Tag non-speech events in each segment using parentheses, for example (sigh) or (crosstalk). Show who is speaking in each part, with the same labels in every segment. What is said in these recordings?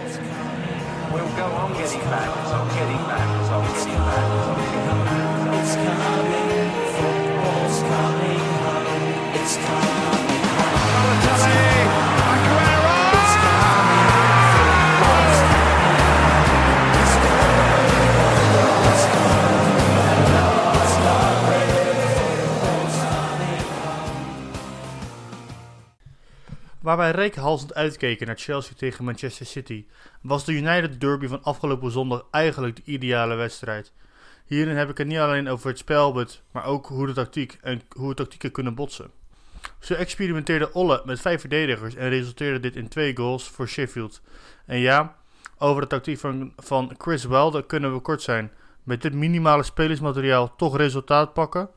Speaker 1: We'll go on getting back, so getting back, so getting back, so getting back. It's coming, football's coming home. It's coming. Balotelli, Aguero! It's coming, football's coming. It's coming, football's coming. It's coming, football's coming.
Speaker 2: Waar wij rekenhalsend uitkeken naar Chelsea tegen Manchester City, was de United Derby van afgelopen zondag eigenlijk de ideale wedstrijd. Hierin heb ik het niet alleen over het spelbut, maar ook hoe de tactiek en hoe de tactieken kunnen botsen. Zo experimenteerde Olle met vijf verdedigers en resulteerde dit in twee goals voor Sheffield. En ja, over de tactiek van, van Chris Wilder kunnen we kort zijn. Met dit minimale spelersmateriaal toch resultaat pakken?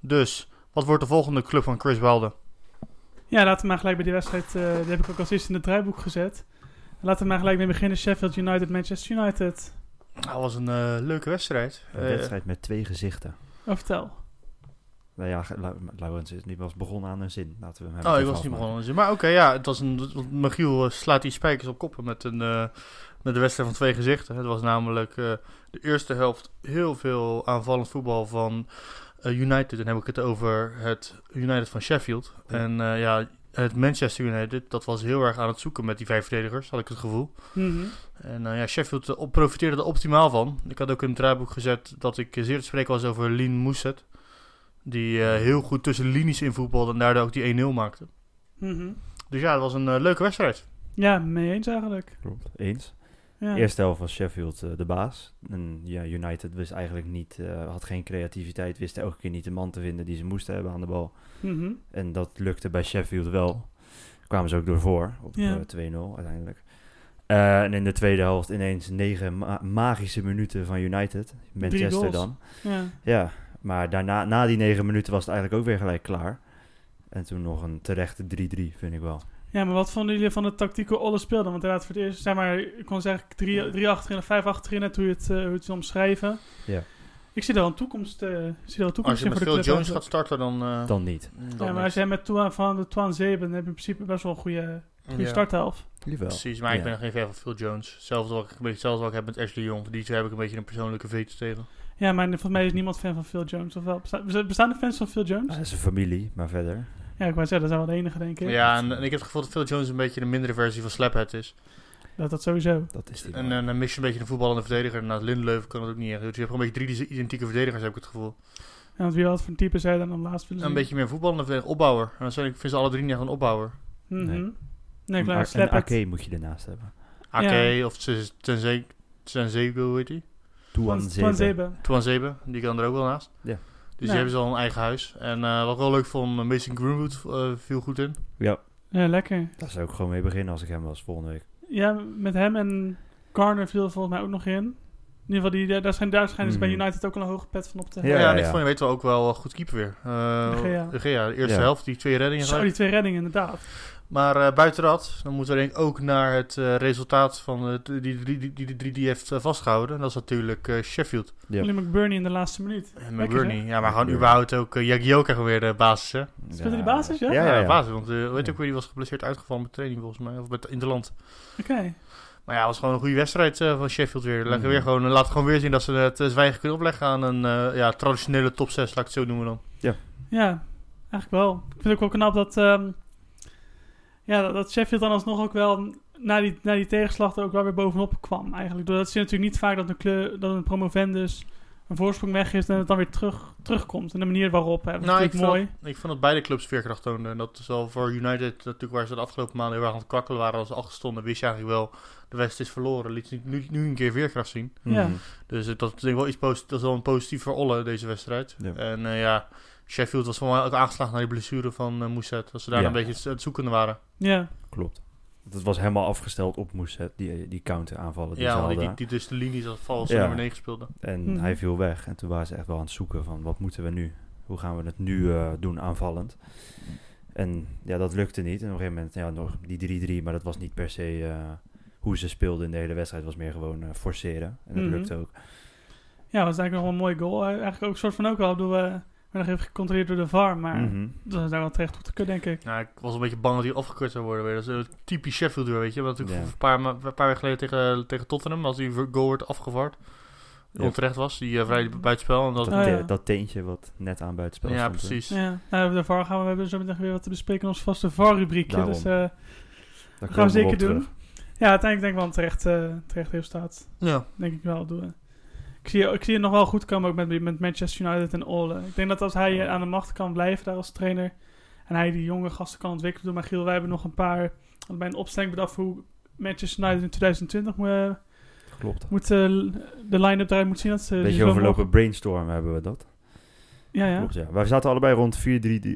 Speaker 2: Dus, wat wordt de volgende club van Chris Wilder?
Speaker 3: Ja, laten we maar gelijk bij die wedstrijd. eh, die heb ik ook als eerste in het draaiboek gezet. Laten we maar gelijk mee beginnen. Sheffield United, Manchester United.
Speaker 2: Dat was een eh, leuke wedstrijd.
Speaker 4: Een
Speaker 2: Eh,
Speaker 4: wedstrijd met twee gezichten.
Speaker 3: Oh, vertel.
Speaker 4: Nou ja, ge- Lau- Laurens is niet was begonnen aan een zin. Laten we hem
Speaker 2: Oh,
Speaker 4: even
Speaker 2: ik was niet
Speaker 4: afmaken.
Speaker 2: begonnen. Maar oké, ja, het was een. want Michiel eh, slaat die spijkers op koppen met, een, eh, met de wedstrijd van twee gezichten. Het was namelijk eh, de eerste helft heel veel aanvallend voetbal van eh, United. Dan heb ik het over het United van Sheffield.
Speaker 4: Ja.
Speaker 2: En eh, ja, het Manchester United, dat was heel erg aan het zoeken met die vijf verdedigers, had ik het gevoel.
Speaker 3: Mhm.
Speaker 2: En eh, ja, Sheffield eh, op- profiteerde er optimaal van. Ik had ook in het draaiboek gezet dat ik eh, zeer te spreken was over Lien Mousset. Die eh, heel goed tussen linies in voetbalde en daardoor ook die 1-0 maakte.
Speaker 3: Mhm.
Speaker 2: Dus ja, het was een eh, leuke wedstrijd.
Speaker 3: Ja, mee eens eigenlijk.
Speaker 4: Klopt, eens.
Speaker 3: Ja.
Speaker 4: Eerste helft was Sheffield eh, de baas. En ja, United wist eigenlijk niet, eh, had geen creativiteit, wist elke keer niet de man te vinden die ze moesten hebben aan de bal.
Speaker 3: Mhm.
Speaker 4: En dat lukte bij Sheffield wel. Kwamen ze ook door voor op
Speaker 3: Ja.
Speaker 4: eh, 2-0 uiteindelijk. Eh, en in de tweede helft ineens negen ma- magische minuten van United. Manchester
Speaker 3: goals.
Speaker 4: dan.
Speaker 3: ja.
Speaker 4: Ja, maar daarna, na die negen minuten was het eigenlijk ook weer gelijk klaar. En toen nog een terechte 3-3, vind ik wel.
Speaker 3: Ja, maar wat vonden jullie van de tactiek hoe Olle speelde? Want inderdaad, voor het eerst, zeg maar, ik kon zeggen 3 achterin of 5 achterin, net hoe je het, eh, hoe je het wil omschrijven.
Speaker 4: Ja.
Speaker 3: Ik zie daar een toekomst, eh, ik zie daar een
Speaker 2: Als
Speaker 3: toekomst
Speaker 2: je
Speaker 3: in
Speaker 2: met
Speaker 3: voor de
Speaker 2: Phil
Speaker 3: club
Speaker 2: Jones gaat
Speaker 3: eigenlijk.
Speaker 2: starten, dan... eh,
Speaker 4: Dan niet.
Speaker 2: dan
Speaker 3: Ja, maar als
Speaker 2: niet.
Speaker 3: jij met Toan van de Toan Zee bent, dan heb je in principe best wel een goede, goede
Speaker 2: Ja,
Speaker 3: starthelft.
Speaker 4: Jawel.
Speaker 2: Precies, maar ik
Speaker 4: Ja.
Speaker 2: ben geen fan van Phil Jones. Hetzelfde wat ik, een beetje hetzelfde wat ik heb met Ashley Young. Die twee heb ik een beetje een persoonlijke veto tegen.
Speaker 3: Ja, maar volgens mij is niemand fan van Phil Jones, of wel? Besta- besta- bestaan er fans van Phil Jones?
Speaker 4: Dat is een familie, maar verder.
Speaker 3: Ja, ik wou zeggen, dat zijn wel de enige, denk ik.
Speaker 2: Ja, en, en ik heb het gevoel dat Phil Jones een beetje de mindere versie van Slaphead is.
Speaker 3: Dat dat sowieso.
Speaker 4: Dat is die.
Speaker 2: En
Speaker 4: man.
Speaker 2: eh, dan mis je een beetje de voetballende verdediger. Naast Lindelöf kan dat ook niet echt. Dus je hebt gewoon een beetje drie identieke verdedigers, heb ik het gevoel.
Speaker 3: En wat wie wat voor type zij dan dan laatst willen
Speaker 2: Een
Speaker 3: zien?
Speaker 2: beetje meer voetballende verdediger, opbouwer. En dan zijn, ik vind ze alle drie niet echt een opbouwer.
Speaker 3: Mhm.
Speaker 4: Nee.
Speaker 3: Nee,
Speaker 4: Een
Speaker 3: klaar,
Speaker 4: A-
Speaker 3: slap
Speaker 4: een
Speaker 3: het.
Speaker 4: AK moet je ernaast hebben.
Speaker 2: AK
Speaker 3: Ja.
Speaker 2: of Tse- Tse- Tse- hoe heet die?
Speaker 4: Toan
Speaker 3: Van- Van
Speaker 4: Zebe.
Speaker 3: Zebe.
Speaker 2: Twan Zebe, die kan er ook wel naast.
Speaker 4: Ja.
Speaker 2: Dus
Speaker 3: Ja.
Speaker 2: die hebben ze al een eigen huis. En eh, wat ik wel leuk vond, eh, Mason Greenwood eh, viel goed in.
Speaker 4: Ja,
Speaker 3: Ja, lekker.
Speaker 4: daar zou ik gewoon mee beginnen als ik hem was volgende week.
Speaker 3: Ja, met hem en Garner viel er volgens mij ook nog in. In ieder geval, die, daar, zijn, daar schijnen ze
Speaker 4: Mhm.
Speaker 3: bij United ook al een hoge pet van op te
Speaker 4: Ja,
Speaker 2: Ja,
Speaker 3: hebben.
Speaker 2: ja,
Speaker 4: ja,
Speaker 2: en ik
Speaker 4: ja.
Speaker 2: vond je weet wel ook wel eh, goed keeper weer. Eh,
Speaker 3: De Gea.
Speaker 2: De Gea, de eerste
Speaker 4: Ja.
Speaker 2: helft, die twee reddingen.
Speaker 3: Zo,
Speaker 2: gelijk.
Speaker 3: die twee reddingen inderdaad.
Speaker 2: Maar eh, buiten dat, dan moeten we denk ik ook naar het eh, resultaat van eh, die- die drie die, die, die, die heeft eh, vastgehouden. En dat is natuurlijk eh, Sheffield.
Speaker 4: Ja.
Speaker 3: Willie McBurney in de laatste minuut.
Speaker 2: En
Speaker 3: Lekker,
Speaker 2: McBurney. Ja, maar gewoon
Speaker 4: McBurney.
Speaker 2: überhaupt ook uh, Jagioka gewoon weer de basis, hè?
Speaker 3: Speelt hij de basis, ja?
Speaker 4: Ja, ja,
Speaker 2: de
Speaker 4: ja.
Speaker 2: basis. Want eh, weet je ook
Speaker 4: Ja.
Speaker 2: weer, die was geblesseerd uitgevallen met training volgens mij. Of met in het land.
Speaker 3: Oké.
Speaker 2: Maar ja, het was gewoon een goede wedstrijd eh, van Sheffield weer. Leggen
Speaker 4: Mhm.
Speaker 2: weer gewoon, laat gewoon weer zien dat ze het eh, zwijgen kunnen opleggen aan een eh, ja, traditionele top 6, laat ik het zo noemen dan.
Speaker 3: Ja, eigenlijk wel. Ik vind het ook wel knap dat, ehm, ja, dat- dat Sheffield dan alsnog ook wel na die, na die tegenslag er ook wel weer bovenop kwam eigenlijk. Doordat ze natuurlijk niet vaak dat een, kleur, dat een promovendus een voorsprong weggeeft en het dan weer terug, terugkomt. En de manier waarop, hè, dat is
Speaker 2: Nou, ik
Speaker 3: natuurlijk
Speaker 2: vond,
Speaker 3: mooi.
Speaker 2: ik vond dat beide clubs veerkracht toonden. En dat is al voor United natuurlijk waar ze de afgelopen maanden heel erg aan het kwakkelen waren. Als ze achterstonden, wist je eigenlijk wel, de West is verloren. Liet ze nu, nu een keer veerkracht zien.
Speaker 3: Ja.
Speaker 4: Mhm.
Speaker 2: Dus eh, dat is denk ik wel iets positiefs. Dat is wel een positief voor Olle, deze wedstrijd.
Speaker 4: Ja.
Speaker 2: En eh, ja, Sheffield was voor mij ook aangeslagen naar die blessure van eh Mousset. Dat ze daar
Speaker 4: Ja.
Speaker 2: een beetje het- het zoekende waren.
Speaker 3: Ja,
Speaker 4: Klopt. Dat was helemaal afgesteld op Moeset, die, die counter aanvallen die ze
Speaker 2: ja, want die,
Speaker 4: hadden.
Speaker 2: die, die dus de linies als vals
Speaker 4: Ja.
Speaker 2: nummer 9 speelden.
Speaker 4: En
Speaker 3: Mhm.
Speaker 4: hij viel weg. En toen waren ze echt wel aan het zoeken van wat moeten we nu? Hoe gaan we het nu eh, doen aanvallend? En ja, dat lukte niet. En op een gegeven moment, ja, nog die 3-3. Maar dat was niet per se eh, hoe ze speelden in de hele wedstrijd. Het was meer gewoon eh, forceren. En dat
Speaker 3: Mhm.
Speaker 4: lukte ook.
Speaker 3: ja dat was eigenlijk nog wel een mooi goal. Eh, Eigenlijk ook soort van ook wel. Ik bedoel, eh, nog even gecontroleerd door de VAR. Maar
Speaker 4: Mhm.
Speaker 3: dat is daar wel terecht toe te kunnen, denk ik.
Speaker 2: Nou, ik was een beetje bang dat hij afgekort zou worden weer. Dat is een typisch Sheffield weer, weet je. Want natuurlijk
Speaker 4: Ja.
Speaker 2: een paar, ma- een paar weken geleden tegen, tegen Tottenham, als die goal wordt afgevaard. die
Speaker 4: Ja.
Speaker 2: Onterecht was, die eh, vrij buitenspel. En dat,
Speaker 4: Dat,
Speaker 3: Ah,
Speaker 4: te-
Speaker 3: ja.
Speaker 4: dat teentje wat net aan buitenspel
Speaker 2: ja,
Speaker 4: stond, hè.
Speaker 2: precies.
Speaker 3: Ja, nou, de VAR gaan we, we hebben zo meteen weer wat te bespreken in ons vaste VAR-rubriekje.
Speaker 4: Daarom.
Speaker 3: Dus eh,
Speaker 4: Daar
Speaker 3: gaan we
Speaker 4: komen
Speaker 3: zeker
Speaker 4: op
Speaker 3: doen.
Speaker 4: terug.
Speaker 3: Ja, uiteindelijk denk ik wel een terecht, eh terecht resultaat.
Speaker 2: Ja.
Speaker 3: Denk ik wel. Doen. Ik, zie, ik zie het nog wel goed komen ook met, met Manchester United en Ole. Ik denk dat als hij eh, aan de macht kan blijven daar als trainer... en hij die jonge gasten kan ontwikkelen... Doe maar Giel, wij hebben nog een paar... we hadden bij een opstelling bedacht voor hoe Manchester United in 2020 moet, eh,
Speaker 4: Klopt.
Speaker 3: moet, eh, de line-up eruit moet zien. Dat ze, die
Speaker 4: Beetje
Speaker 3: zo
Speaker 4: overlopen
Speaker 3: Dus mogen-
Speaker 4: brainstorm hebben we dat.
Speaker 3: Ja, ja.
Speaker 4: Klopt, ja. Wij zaten allebei rond 4-3-4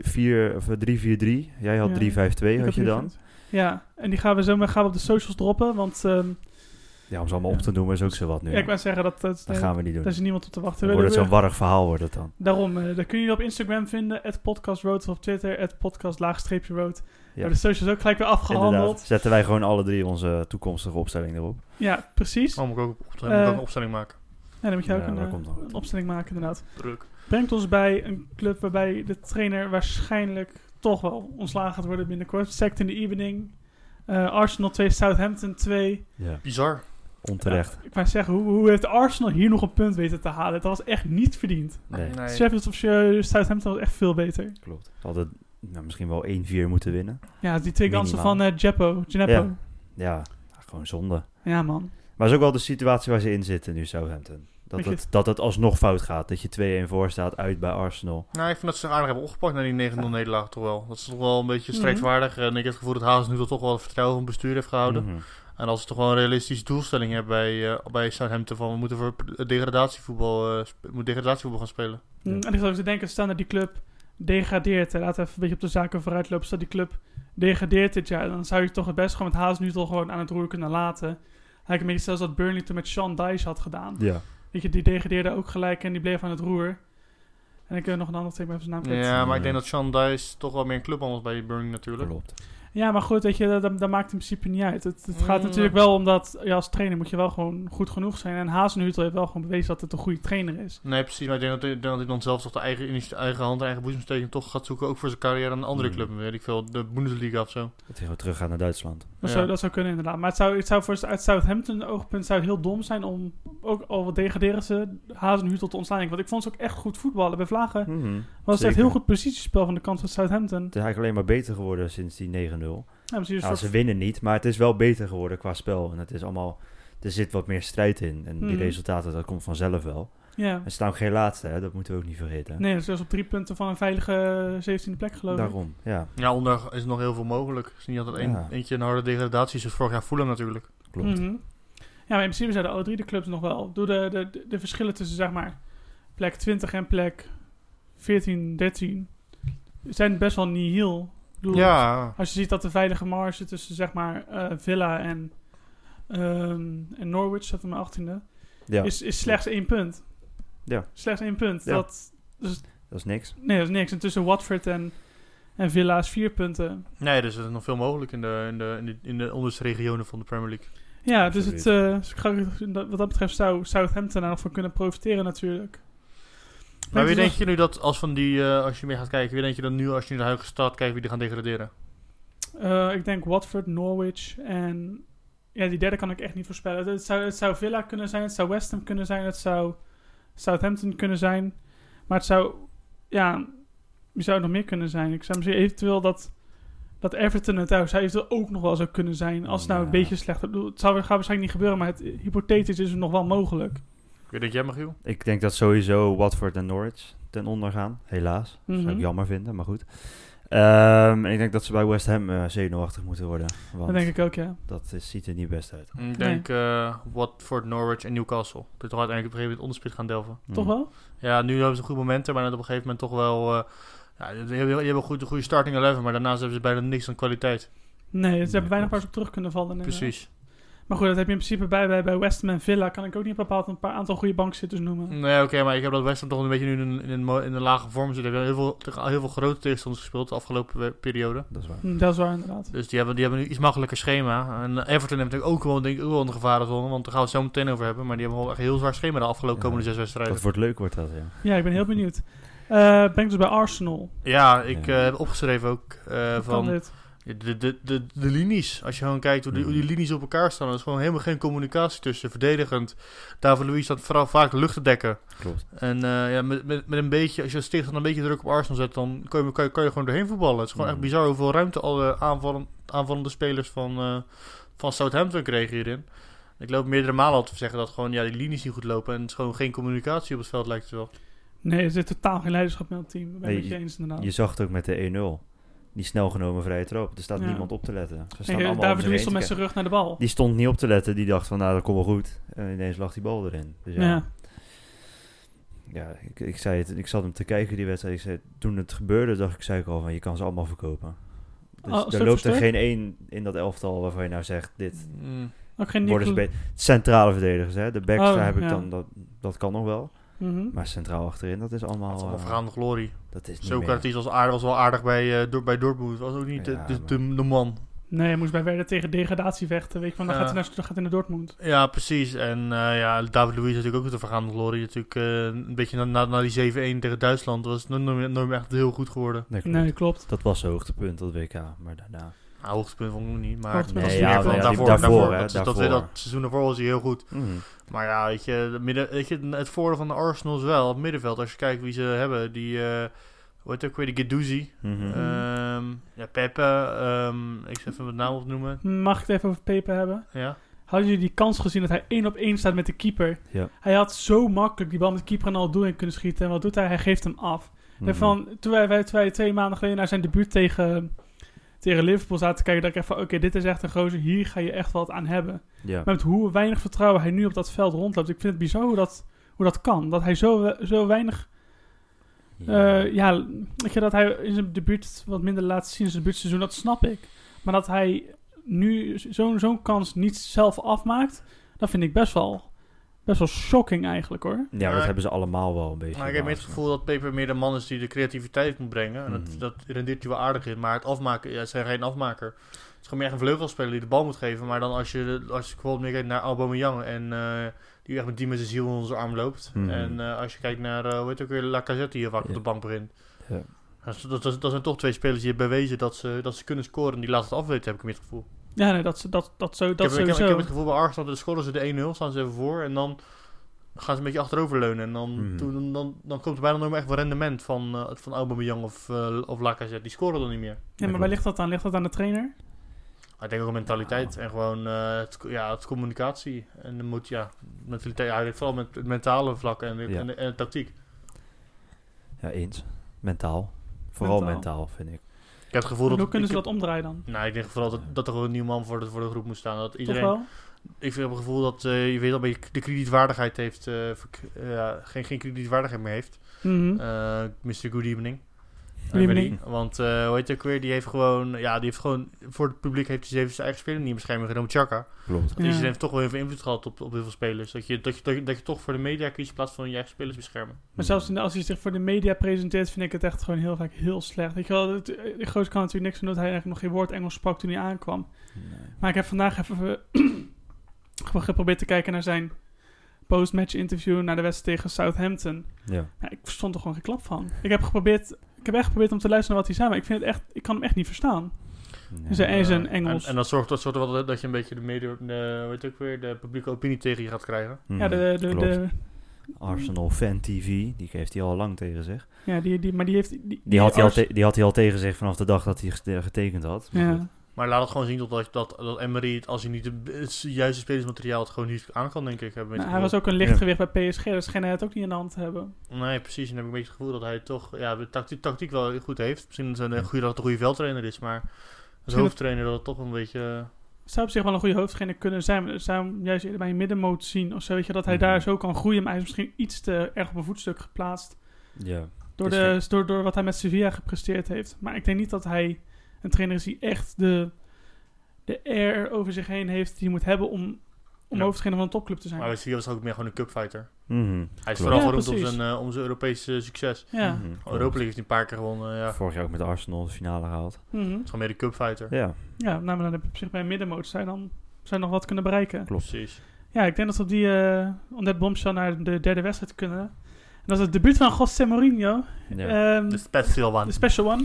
Speaker 4: of, eh, 3-4-3. Jij had
Speaker 3: Ja.
Speaker 4: 3-5-2
Speaker 3: Ik
Speaker 4: had
Speaker 3: heb
Speaker 4: je
Speaker 3: nu
Speaker 4: dan.
Speaker 3: vind- Ja, en die gaan we zo maar gaan we op de socials droppen. Want ehm,
Speaker 4: Ja, om ze allemaal op te noemen is ook zo wat nu.
Speaker 3: ja, ik wou zeggen dat, dat,
Speaker 4: dat
Speaker 3: eh,
Speaker 4: gaan we niet doen.
Speaker 3: daar is niemand op te wachten.
Speaker 4: Dan wordt het
Speaker 3: Willen
Speaker 4: zo'n
Speaker 3: we-
Speaker 4: warrig verhaal wordt het dan.
Speaker 3: Daarom, eh daar kun je op Instagram vinden, at podcastroad of op Twitter, at podcast-road. Ja. De socials ook gelijk weer afgehandeld.
Speaker 4: Inderdaad. Zetten wij gewoon alle drie onze toekomstige opstelling erop.
Speaker 3: Ja, precies.
Speaker 2: Dan moet ik ook op- moet ik ook
Speaker 3: Eh,
Speaker 2: een opstelling maken.
Speaker 3: En dan moet je ook
Speaker 4: Oh. Ja,
Speaker 3: een,
Speaker 4: dat
Speaker 3: eh,
Speaker 4: komt wel goed.
Speaker 3: een opstelling maken, inderdaad.
Speaker 2: Druk.
Speaker 3: Brengt ons bij een club waarbij de trainer waarschijnlijk toch wel ontslagen gaat worden binnenkort. Sect in the evening. Eh, Arsenal 2, Southampton 2.
Speaker 4: Ja.
Speaker 2: Bizar.
Speaker 4: Onterecht.
Speaker 3: Ik wou zeggen, hoe, hoe heeft Arsenal hier nog een punt weten te halen? Dat was echt niet verdiend.
Speaker 4: Nee,
Speaker 3: Sheffield of Sho- Southampton was echt veel beter.
Speaker 4: klopt. Ze hadden nou, misschien wel 1-4 moeten winnen.
Speaker 3: Ja, die twee kansen
Speaker 4: Minimaal.
Speaker 3: van eh Jeppo. Gineppo.
Speaker 4: Ja, gewoon zonde.
Speaker 3: ja, man.
Speaker 4: Maar het is ook wel de situatie waar ze in zitten nu, Southampton. Dat
Speaker 3: Weet je-
Speaker 4: het, dat het alsnog fout gaat. Dat je 2-1 voor staat uit bij Arsenal.
Speaker 2: Nou, ik vind dat ze zich aardig hebben opgepakt na die 9-0 nederlaag toch wel. Dat is toch wel een beetje
Speaker 3: Mhm.
Speaker 2: strijdvaardig. En ik heb het gevoel dat Haas nu toch wel het vertrouwen van het bestuur heeft gehouden.
Speaker 4: Mhm.
Speaker 2: En als ze toch wel een realistische doelstelling hebben bij, eh, bij Southampton van we moeten voor degradatievoetbal, eh, sp- moet degradatievoetbal gaan spelen.
Speaker 3: Mm, En ik zat ook te denken, staan dat die club degradeert. En laten we even een beetje op de zaken vooruit lopen. Stel die club degradeert dit jaar. Dan zou je toch het best gewoon met Haas nu toch gewoon aan het roer kunnen laten. Lijkt een beetje zelfs dat Burnley toen met Sean Dyche had gedaan.
Speaker 4: Ja.
Speaker 3: Weet je, die degradeerde ook gelijk en die bleef aan het roer. En ik heb nog een ander tegen mijn naam kwijt.
Speaker 2: Ja, maar ik
Speaker 4: Mm.
Speaker 2: denk dat Sean Dice toch wel meer een club anders bij Burnley natuurlijk.
Speaker 4: Klopt.
Speaker 3: Ja, maar goed, weet je, dat, dat maakt in principe niet uit. Het, het gaat
Speaker 2: Mm.
Speaker 3: natuurlijk wel om dat ja, als trainer moet je wel gewoon goed genoeg zijn. En Hazenhutel heeft wel gewoon bewezen dat het een goede trainer is.
Speaker 2: Nee, precies. Maar ik denk dat, ik denk dat hij dan zelf toch de eigen, initi- eigen hand, eigen boezemsteking toch gaat zoeken. Ook voor zijn carrière aan een andere
Speaker 4: Mm.
Speaker 2: club. Weet ik veel, de Bundesliga of zo.
Speaker 4: Dat hij gewoon terug gaat naar Duitsland.
Speaker 3: Dat,
Speaker 2: Ja.
Speaker 3: zou, dat zou kunnen inderdaad. Maar het zou, het zou voor uit Southampton oogpunt zou het heel dom zijn om, ook al wat degraderen ze, Hazenhutel te ontslaan. Want ik vond ze ook echt goed voetballen. Bij Vlagen
Speaker 4: Mhm.
Speaker 3: was het echt
Speaker 4: Zeker.
Speaker 3: heel goed positiespel van de kant van Southampton.
Speaker 4: Het is eigenlijk alleen maar beter geworden sinds die 9-0.
Speaker 3: Ja, misschien een
Speaker 4: Ja,
Speaker 3: soort-
Speaker 4: Nou, ze winnen niet, maar het is wel beter geworden qua spel. En het is allemaal... Er zit wat meer strijd in. En die
Speaker 3: Mhm.
Speaker 4: resultaten, dat komt vanzelf wel.
Speaker 3: ja.
Speaker 4: En ze staan ook geen laatste, hè? dat moeten we ook niet vergeten.
Speaker 3: Nee, ze was op drie punten van een veilige 17e plek geloof ik.
Speaker 4: Daarom, ja.
Speaker 2: Ja, onder is nog heel veel mogelijk. Het is niet altijd één,
Speaker 4: Ja.
Speaker 2: eentje een harde degradatie zoals vorig jaar Fulham natuurlijk.
Speaker 4: Klopt.
Speaker 3: Mhm. Ja, maar in principe zijn de alle drie de clubs nog wel. Door de, de, de, de verschillen tussen zeg maar plek 20 en plek 14, 13 zijn best wel nihil. Ik bedoel,
Speaker 2: Ja,
Speaker 3: Als je ziet dat de veilige marge tussen zeg maar eh, Villa en, ehm, en Norwich, dat van mijn 18e,
Speaker 4: Ja,
Speaker 3: is, is slechts één punt.
Speaker 4: Ja.
Speaker 3: Slechts één punt.
Speaker 4: Ja.
Speaker 3: Dat,
Speaker 4: dat is niks.
Speaker 3: nee, dat is niks. En tussen Watford en, en Villa is vier punten.
Speaker 2: nee, dus er is nog veel mogelijk in de, in de, in de, in de onderste regionen van de Premier League.
Speaker 3: Ja, dus het, eh, dus ik ga- wat dat betreft zou Southampton daar nog van kunnen profiteren natuurlijk.
Speaker 2: Maar wie
Speaker 3: het
Speaker 2: denk
Speaker 3: is
Speaker 2: je nu dat als van die, eh, als je mee gaat kijken, wie denk je dat nu als je nu naar de huidige stad kijkt, wie die gaan degraderen?
Speaker 3: Eh, ik denk Watford, Norwich en... Ja, die derde kan ik echt niet voorspellen. Het- Het zou, het zou Villa kunnen zijn, het zou West Ham kunnen zijn, het zou Southampton kunnen zijn. Maar het zou... Ja, wie zou het nog meer kunnen zijn? Ik zou misschien eventueel dat, dat Everton het zou zou eventueel ook nog wel zou kunnen zijn. Als het nou een
Speaker 4: Ja.
Speaker 3: beetje slechter... ik bedoel, Het zou, gaat waarschijnlijk niet gebeuren, maar het, hypothetisch is het nog wel mogelijk.
Speaker 2: Ik weet dat jij, Michiel?
Speaker 4: Ik denk dat sowieso Watford en Norwich ten onder gaan. Helaas. Zou
Speaker 3: Mhm.
Speaker 4: ik jammer vinden, maar goed. Ehm, en ik denk dat ze bij West Ham eh, zenuwachtig moeten worden. Want
Speaker 3: Dat denk ik ook, ja.
Speaker 4: dat is, ziet er niet best uit.
Speaker 2: Ik denk eh, Watford, Norwich en Newcastle. Die toch uiteindelijk op een gegeven moment onderspit gaan delven.
Speaker 3: Toch
Speaker 4: Mm.
Speaker 3: wel?
Speaker 2: Ja, nu hebben ze goede momenten, maar net op een gegeven moment toch wel... eh, ja, die hebben, die hebben een goede, goede starting 11, maar daarnaast hebben ze bijna niks aan kwaliteit.
Speaker 3: Nee, ze hebben weinig
Speaker 4: klopt.
Speaker 3: waar ze op terug kunnen vallen. inderdaad.
Speaker 2: Precies.
Speaker 3: Maar goed, dat heb je in principe bij, bij, bij West Ham en Villa. Kan ik ook niet bepaald een paar aantal goede bankzitters noemen.
Speaker 2: Nee, oké, maar ik heb dat West Ham toch een beetje nu in, een- in, een, mo- in een lage vorm zitten. Ze hebben heel veel, tegen heel veel grote tegenstanders gespeeld de afgelopen we- periode.
Speaker 4: Dat is waar.
Speaker 3: Hm, Dat is waar, inderdaad.
Speaker 2: Dus die hebben, die hebben een iets makkelijker schema. En eh, Everton heeft natuurlijk ook wel, denk ik, ook wel een gevarenzone. Want daar gaan we het zo meteen over hebben. Maar die hebben wel echt een heel zwaar schema de afgelopen
Speaker 4: Ja.
Speaker 2: komende zes wedstrijden.
Speaker 4: Dat wordt leuk, wordt dat, ja.
Speaker 3: Ja, ik ben heel benieuwd. Eh, ben ik dus bij Arsenal.
Speaker 2: Ja, ik
Speaker 4: Ja.
Speaker 2: eh, heb opgeschreven ook eh,
Speaker 3: Kan
Speaker 2: van
Speaker 3: dit?
Speaker 2: de, de, de, de linies. Als je gewoon kijkt hoe die, hoe die
Speaker 4: Mm.
Speaker 2: linies op elkaar staan, er is gewoon helemaal geen communicatie tussen. Verdedigend, David Luiz staat vooral vaak lucht te dekken.
Speaker 4: Klopt.
Speaker 2: En eh, ja, met, met, met een beetje, als je als tegenstander een beetje druk op Arsenal zet, dan kan je, kan je, kan je gewoon doorheen voetballen. Het is gewoon
Speaker 4: Mhm.
Speaker 2: echt bizar hoeveel ruimte alle aanvallen, aanvallende spelers van, eh, van Southampton kregen hierin. Ik loop meerdere malen al te zeggen dat gewoon ja, die linies niet goed lopen en het is gewoon geen communicatie op het veld lijkt het wel.
Speaker 3: Nee, er zit totaal geen leiderschap meer op het team. Ik ben
Speaker 4: Nee,
Speaker 3: het met je eens inderdaad.
Speaker 4: Je zag het ook met de 1-0. Die snel genomen vrije trap. Er staat
Speaker 3: Ja.
Speaker 4: niemand op te letten. Ze staan
Speaker 3: Nee,
Speaker 4: allemaal
Speaker 3: David Luiz
Speaker 4: om zich heen
Speaker 3: stond
Speaker 4: te
Speaker 3: met zijn rug naar de bal.
Speaker 4: kijken. Die stond niet op te letten. Die dacht van, nou, dat komt wel goed. En ineens lag die bal erin. Dus ja, ja.
Speaker 3: ja.
Speaker 4: ik, ik zei het. Ik zat hem te kijken, die wedstrijd. Ik zei, toen het gebeurde, dacht ik, zei ik al van, je kan ze allemaal verkopen. Dus
Speaker 3: Oh, zo
Speaker 4: er loopt er
Speaker 3: versterkt?
Speaker 4: geen één in dat elftal waarvan je nou zegt, dit
Speaker 2: Hmm.
Speaker 3: Ook geen
Speaker 4: worden ze
Speaker 3: Nicolas-
Speaker 4: beter. Centrale verdedigers, hè. De backs,
Speaker 3: Oh,
Speaker 4: daar heb ik
Speaker 3: ja.
Speaker 4: dan, dat, dat kan nog wel.
Speaker 3: Mhm.
Speaker 4: Maar centraal achterin, dat is allemaal...
Speaker 2: Dat is allemaal
Speaker 4: eh,
Speaker 2: vergaande glorie.
Speaker 4: dat is niet meer.
Speaker 2: Socrates was, aard, was wel aardig bij, eh Dor- bij Dortmund. Was ook niet de-
Speaker 4: Ja,
Speaker 2: de,
Speaker 4: maar-
Speaker 2: de, de man.
Speaker 3: Nee, hij moest bij Werder tegen degradatie vechten. Weet je, van dan
Speaker 2: Ja.
Speaker 3: gaat hij naar, dan gaat hij naar Dortmund.
Speaker 2: Ja, precies. En eh, ja, David Luiz is natuurlijk ook de vergaande glorie. Natuurlijk eh, een beetje na, na, na die 7-1 tegen Duitsland was het nooit, meer- nooit meer echt heel goed geworden.
Speaker 4: Nee, klopt.
Speaker 3: Nee, klopt.
Speaker 4: Dat was zijn hoogtepunt, dat WK. Maar daarna...
Speaker 2: Nou, hoogtepunt vond ik nog niet, maar...
Speaker 3: Hoogtepunt
Speaker 2: Nee,
Speaker 3: was
Speaker 2: ja,
Speaker 3: niet,
Speaker 2: want
Speaker 3: ja,
Speaker 2: daarvoor,
Speaker 3: die-
Speaker 2: daarvoor,
Speaker 4: daarvoor, hè,
Speaker 2: dat, dat- Dat,
Speaker 4: daarvoor.
Speaker 2: dat seizoen daarvoor was hij heel goed.
Speaker 4: Mhm.
Speaker 2: Maar ja, weet je, het midden, weet je, het voordeel van de Arsenal is wel, het middenveld, als je kijkt wie ze hebben, die, eh hoe heet het ook weer, die Guedouzi,
Speaker 4: Mhm.
Speaker 3: Eh,
Speaker 2: ehm, ja, Pepe, ehm, ik zal even het naam opnoemen,
Speaker 3: Mag ik het even over Pepe hebben?
Speaker 2: ja.
Speaker 3: Hadden jullie die kans gezien dat hij één op één staat met de keeper?
Speaker 4: Ja.
Speaker 3: Hij had zo makkelijk die bal met de keeper en al doel in kunnen schieten. En wat doet hij? Hij geeft hem af. En
Speaker 2: Mhm.
Speaker 3: Van, toen wij, wij, toen wij twee maanden geleden naar zijn debuut tegen, tegen Liverpool zaten te kijken, dacht ik echt van, oké, dit is echt een gozer. Hier ga je echt wat aan hebben.
Speaker 4: Mhm. Ja.
Speaker 3: Maar met hoe weinig vertrouwen hij nu op dat veld rondloopt. Ik vind het bizar hoe dat, hoe dat kan. Dat hij zo, we- zo weinig...
Speaker 4: Ja.
Speaker 3: eh ja, weet je, dat hij in zijn debuut wat minder laat zien in zijn debuutseizoen, dat snap ik. Maar dat hij nu zo'n zo'n kans niet zelf afmaakt, dat vind ik best wel, best wel shocking eigenlijk hoor.
Speaker 4: Ja, maar
Speaker 2: Maar-
Speaker 4: dat hebben ze allemaal wel een beetje.
Speaker 2: Maar ik heb meer het
Speaker 4: laten.
Speaker 2: gevoel dat Pepe meer de man is die de creativiteit moet brengen. En
Speaker 4: Mhm.
Speaker 2: dat, dat rendeert hij wel aardig in. Maar het afmaken, ja, het zijn geen afmaker. Het is gewoon meer echt een vleugelspeler die de bal moet geven. Maar dan als je, als je bijvoorbeeld meer kijkt naar Aubameyang... en eh, die echt met die met zijn ziel onder zijn arm loopt.
Speaker 4: Mhm.
Speaker 2: En eh, als je kijkt naar, eh, hoe heet het ook weer, Lacazette die heel vaak
Speaker 4: Ja.
Speaker 2: op de bank begint.
Speaker 4: Ja.
Speaker 2: Dat, dat, dat, dat zijn toch twee spelers die hebben bewezen dat ze, dat ze kunnen scoren. En die laten het afweten, heb ik meer het gevoel.
Speaker 3: Ja, nee, dat, dat, dat, zo, dat
Speaker 2: ik, heb, ik, heb,
Speaker 3: sowieso.
Speaker 2: ik heb het gevoel bij Arsenal, dan scoren ze de 1-0, staan ze even voor en dan gaan ze een beetje achteroverleunen. En dan,
Speaker 4: Mhm.
Speaker 2: toen, dan, dan, dan komt er bijna nooit meer echt wel rendement van, eh van Aubameyang of, eh of Lacazette. Die scoren dan niet meer.
Speaker 3: ja, maar waar ligt dat aan? Ligt dat aan de trainer?
Speaker 2: Maar ik denk ook aan mentaliteit en gewoon eh, het, ja, het communicatie. En dan moet, ja, mentaliteit, ja, vooral met het mentale vlak en, de-
Speaker 4: Ja.
Speaker 2: en, de- en de tactiek.
Speaker 4: Ja, eens. Mentaal. Vooral
Speaker 3: Mentaal.
Speaker 4: mentaal, vind ik.
Speaker 2: Ik heb het gevoel dat...
Speaker 3: En hoe kunnen
Speaker 2: ik
Speaker 3: ze
Speaker 2: heb-
Speaker 3: dat omdraaien dan?
Speaker 2: Nou, ik denk vooral dat, dat er gewoon een nieuwe man voor de, voor de groep moet staan. Dat iedereen,
Speaker 3: Toch wel?
Speaker 2: Ik heb het gevoel dat eh, je weet al, beetje de kredietwaardigheid heeft, eh, verk- eh, ja, geen, geen kredietwaardigheid meer heeft.
Speaker 3: Mhm.
Speaker 2: Eh, Mr. Good Evening.
Speaker 3: Good evening.
Speaker 2: Want eh hoe heet hij ook weer? Die heeft gewoon, ja, die heeft gewoon, voor het publiek heeft hij even zijn eigen speler niet in bescherming genomen, Chaka.
Speaker 4: Klopt.
Speaker 2: Dat
Speaker 3: Ja.
Speaker 2: iedereen heeft toch wel heel veel invloed gehad op, op heel veel spelers. Dat je, dat, je, dat, je, dat je toch voor de media kiest in plaats van je eigen spelers beschermen.
Speaker 3: Maar zelfs in de- als hij zich voor de media presenteert, vind ik het echt gewoon heel vaak heel slecht. Weet je wel, het- de gozer kan natuurlijk niks doen dat hij eigenlijk nog geen woord Engels sprak toen hij aankwam.
Speaker 4: Nee.
Speaker 3: Maar ik heb vandaag even eh, (clears throat) gewoon geprobeerd te kijken naar zijn post-match interview naar de wedstrijd tegen Southampton.
Speaker 4: Ja.
Speaker 3: Ja, ik verstond er gewoon geen klap van. Ik heb geprobeerd, ik heb echt geprobeerd om te luisteren naar wat hij zei, maar ik vind het echt, ik kan hem echt niet verstaan.
Speaker 4: Nee.
Speaker 3: Dus, eh, En zijn
Speaker 2: Eh,
Speaker 3: Engels.
Speaker 2: En, en dat zorgt, dat zorgt er wel dat je een beetje de, media, de, hoe heet het ook weer, de publieke opinie tegen je gaat krijgen.
Speaker 4: Mhm.
Speaker 3: Ja, de, de,
Speaker 4: Klopt.
Speaker 3: de,
Speaker 4: Arsenal Fan TV, die heeft hij al lang tegen zich.
Speaker 3: ja die, die, maar die heeft... Die, Oh,
Speaker 4: Die had, hij al
Speaker 3: Ars-
Speaker 4: te- die had hij al tegen zich vanaf de dag dat hij gete- getekend had. Maar
Speaker 3: Ja.
Speaker 4: goed.
Speaker 2: Maar laat het gewoon zien dat, dat, dat, dat Emery, het, als hij niet de- het juiste spelersmateriaal het gewoon niet aan kan, denk ik. Heb ik een beetje
Speaker 3: Nou,
Speaker 2: het
Speaker 3: hij
Speaker 2: gevoel.
Speaker 3: was ook een lichtgewicht bij PSG, dus scheen hij het ook niet in de hand te hebben.
Speaker 2: Nee, precies. En dan heb ik een beetje het gevoel dat hij toch ja, de tactiek, tactiek wel goed heeft. Misschien is het een goede, dat het een goede veldtrainer is, maar als
Speaker 3: Misschien
Speaker 2: hoofdtrainer dat het toch een beetje...
Speaker 3: zou op zich wel een goede hoofdtrainer kunnen zijn. Maar zou hem juist eerder bij een middenmoot zien of zo. Weet je, dat hij
Speaker 4: Mhm.
Speaker 3: daar zo kan groeien. Maar hij is misschien iets te erg op een voetstuk geplaatst.
Speaker 4: Ja.
Speaker 3: Door,
Speaker 4: Is
Speaker 3: de, door, door wat hij met Sevilla gepresteerd heeft. Maar ik denk niet dat hij een trainer is die echt de, de air over zich heen heeft. Die hij moet hebben om, om
Speaker 2: Ja.
Speaker 3: hoofdtrainer van een topclub te zijn.
Speaker 2: Maar Wesley was ook meer gewoon een cupfighter.
Speaker 4: Mhm.
Speaker 2: Hij is
Speaker 4: Klopt.
Speaker 2: vooral
Speaker 3: Ja,
Speaker 2: geroemd om
Speaker 3: precies.
Speaker 2: zijn, eh, om zijn Europese succes.
Speaker 3: ja.
Speaker 4: Mhm.
Speaker 2: Europa League heeft hij een paar keer gewonnen, ja. Het
Speaker 4: Vorig jaar ook met Arsenal de finale gehaald.
Speaker 3: Mhm.
Speaker 2: is gewoon meer de cupfighter.
Speaker 4: Ja,
Speaker 3: ja, nou, maar dan heb je op zich bij een middenmoot zou je dan zou je nog wat kunnen bereiken.
Speaker 4: klopt.
Speaker 2: Precies.
Speaker 3: Ja, ik denk dat we op die, eh om dat bombshell naar de derde wedstrijd kunnen. En dat is het debuut van José Mourinho.
Speaker 4: Ja.
Speaker 3: Ehm,
Speaker 2: De special one.
Speaker 3: de special one.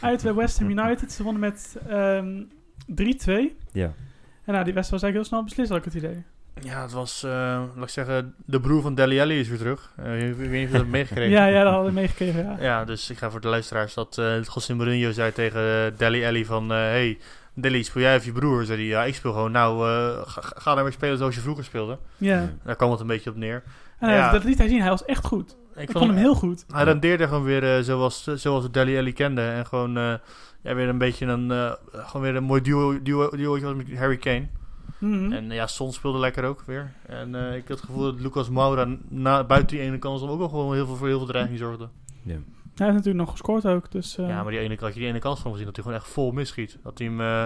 Speaker 3: Uit bij West Ham United. Ze wonnen met ehm, 3-2.
Speaker 4: ja.
Speaker 3: En nou, die wedstrijd was eigenlijk heel snel beslist, had ik het idee.
Speaker 2: Ja, het was, eh, laat ik zeggen, de broer van Deli Alli is weer terug. Eh, ik weet niet of je dat hebt
Speaker 3: (laughs)
Speaker 2: meegekregen.
Speaker 3: Ja, ja, dat hadden we meegekregen, ja.
Speaker 2: Ja, dus ik ga voor de luisteraars dat eh José Mourinho zei tegen eh, Deli Alli van... eh, hey, Deli, speel jij of je broer? Zei hij, ja, ik speel gewoon. Nou, eh, ga, ga nou weer spelen zoals je vroeger speelde.
Speaker 3: ja.
Speaker 2: Daar kwam het een beetje op neer.
Speaker 3: En hij-
Speaker 2: Ja.
Speaker 3: dat liet hij zien. Hij was echt goed. Ik,
Speaker 2: Ik
Speaker 3: vond hem heel goed.
Speaker 2: Hij rendeerde gewoon weer eh, zoals, zoals we Deli Alli kende. En gewoon eh, ja, weer een beetje een, eh, gewoon weer een mooi duo, duo, duootje was met Harry Kane.
Speaker 3: Mhm.
Speaker 2: En eh, ja, Son speelde lekker ook weer. En eh, ik had het gevoel dat Lucas Moura na, buiten die ene kans dan ook wel gewoon heel veel, voor heel veel dreiging zorgde.
Speaker 3: Hij heeft natuurlijk nog gescoord ook, dus... eh,
Speaker 2: Ja, maar die ene, had je die ene kans van gezien dat hij gewoon echt vol misschiet. Dat hij hem... eh,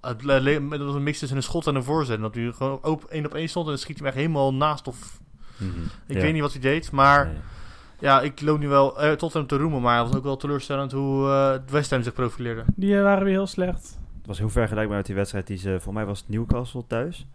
Speaker 2: het le- le- dat was een mix tussen een schot en een voorzet. En dat hij gewoon op, één op één stond en dan schiet hij hem echt helemaal naast. Of,
Speaker 4: Mhm.
Speaker 2: ik
Speaker 4: Ja.
Speaker 2: weet niet wat hij deed, maar...
Speaker 4: Nee.
Speaker 2: Ja, ik loop nu wel tot Tottenham te roemen, maar het was ook wel teleurstellend hoe eh West Ham zich profileerde.
Speaker 3: Die eh, waren weer heel slecht.
Speaker 4: Het was heel vergelijkbaar met die wedstrijd die ze... Voor mij was het Newcastle thuis.